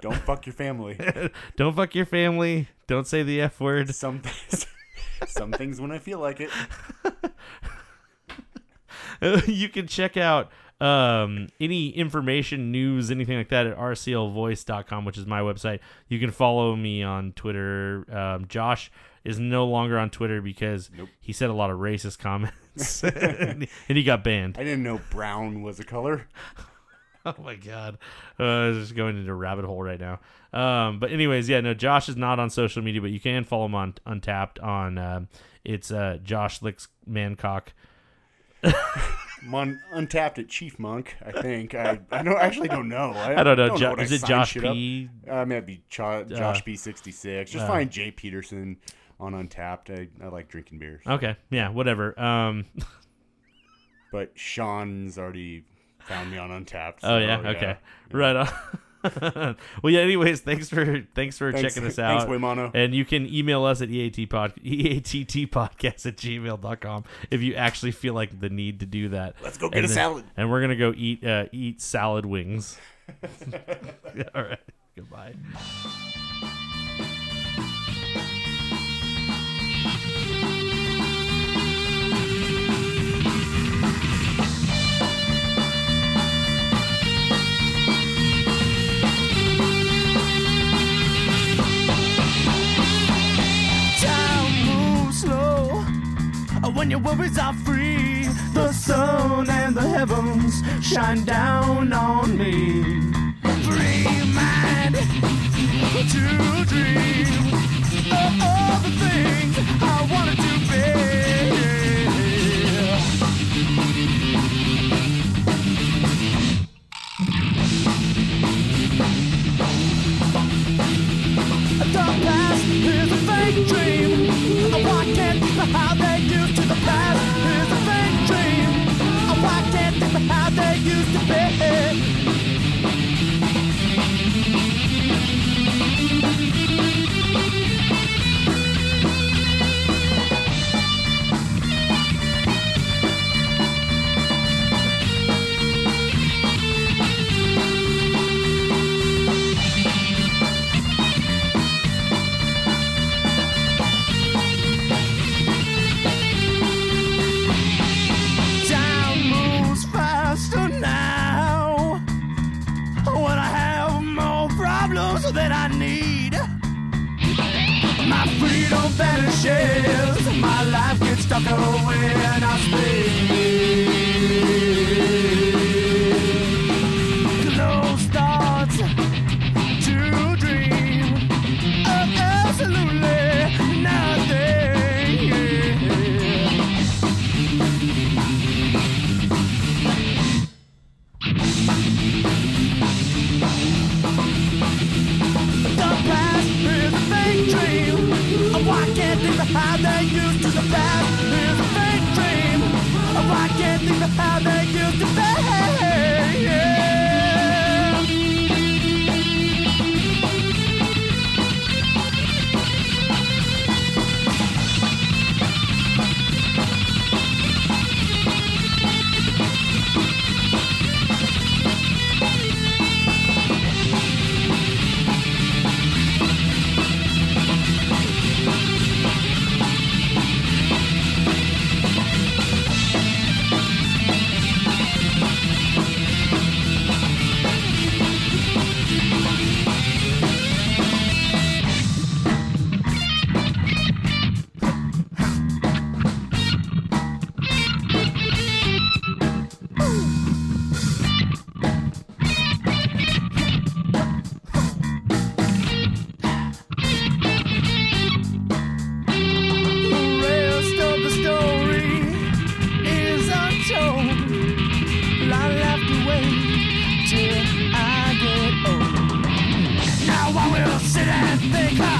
S5: Don't fuck your family.
S4: don't fuck your family. Don't say the f word.
S5: Some things, some things when I feel like it.
S4: you can check out um, any information, news, anything like that at rclvoice.com, which is my website. You can follow me on Twitter. Um, Josh is no longer on Twitter because he said a lot of racist comments and he got banned.
S5: I didn't know brown was a color.
S4: oh my god, uh, I was just going into a rabbit hole right now. Um, but anyways, yeah, no, Josh is not on social media, but you can follow him on Untapped on um, it's uh, Josh Licks Mancock.
S5: I'm on, untapped at Chief Monk, I think. I, I don't actually don't know. I,
S4: I don't know. Jo-
S5: when I
S4: is it
S5: sign
S4: Josh
S5: shit up.
S4: P? uh.
S5: Uh, maybe Cho- Josh P sixty six. Just find Jay Peterson on Untapped. I, I like drinking beers,
S4: Okay, yeah, whatever. Um,
S5: but Sean's already found me on Untapped.
S4: oh
S5: so,
S4: yeah, okay, right on. well, yeah. Anyways, thanks for thanks for
S5: Thanks-
S4: checking us
S5: thanks,
S4: out.
S5: Waymano.
S4: And you can email us at EAT pod, E eattpodcast at gmail.com if you actually feel like the need to do that. Let's
S5: go get
S4: and
S5: a salad.
S4: And we're going to go eat uh, eat salad wings. All right. Goodbye.
S1: Time moves slow Uh, when your worries are free. The sun and the heavens shine down on me. Free mind to dream of all the things I wanted to be. The past is a fake dream. I walk it how they used to. The past is a fake dream. I walk it how they used to be. Time moves faster now. When I have more problems than I need, my freedom vanishes. My life gets stuck when I speak. Close thoughts to dream of absolutely nothing. The past is a fake dream. Oh, I can't think of how they used to. The past is a fake dream. Oh, I can't think of how they used to be. The rest of the story is untold. Well, I'll have to wait till I get old. Now I will sit and think.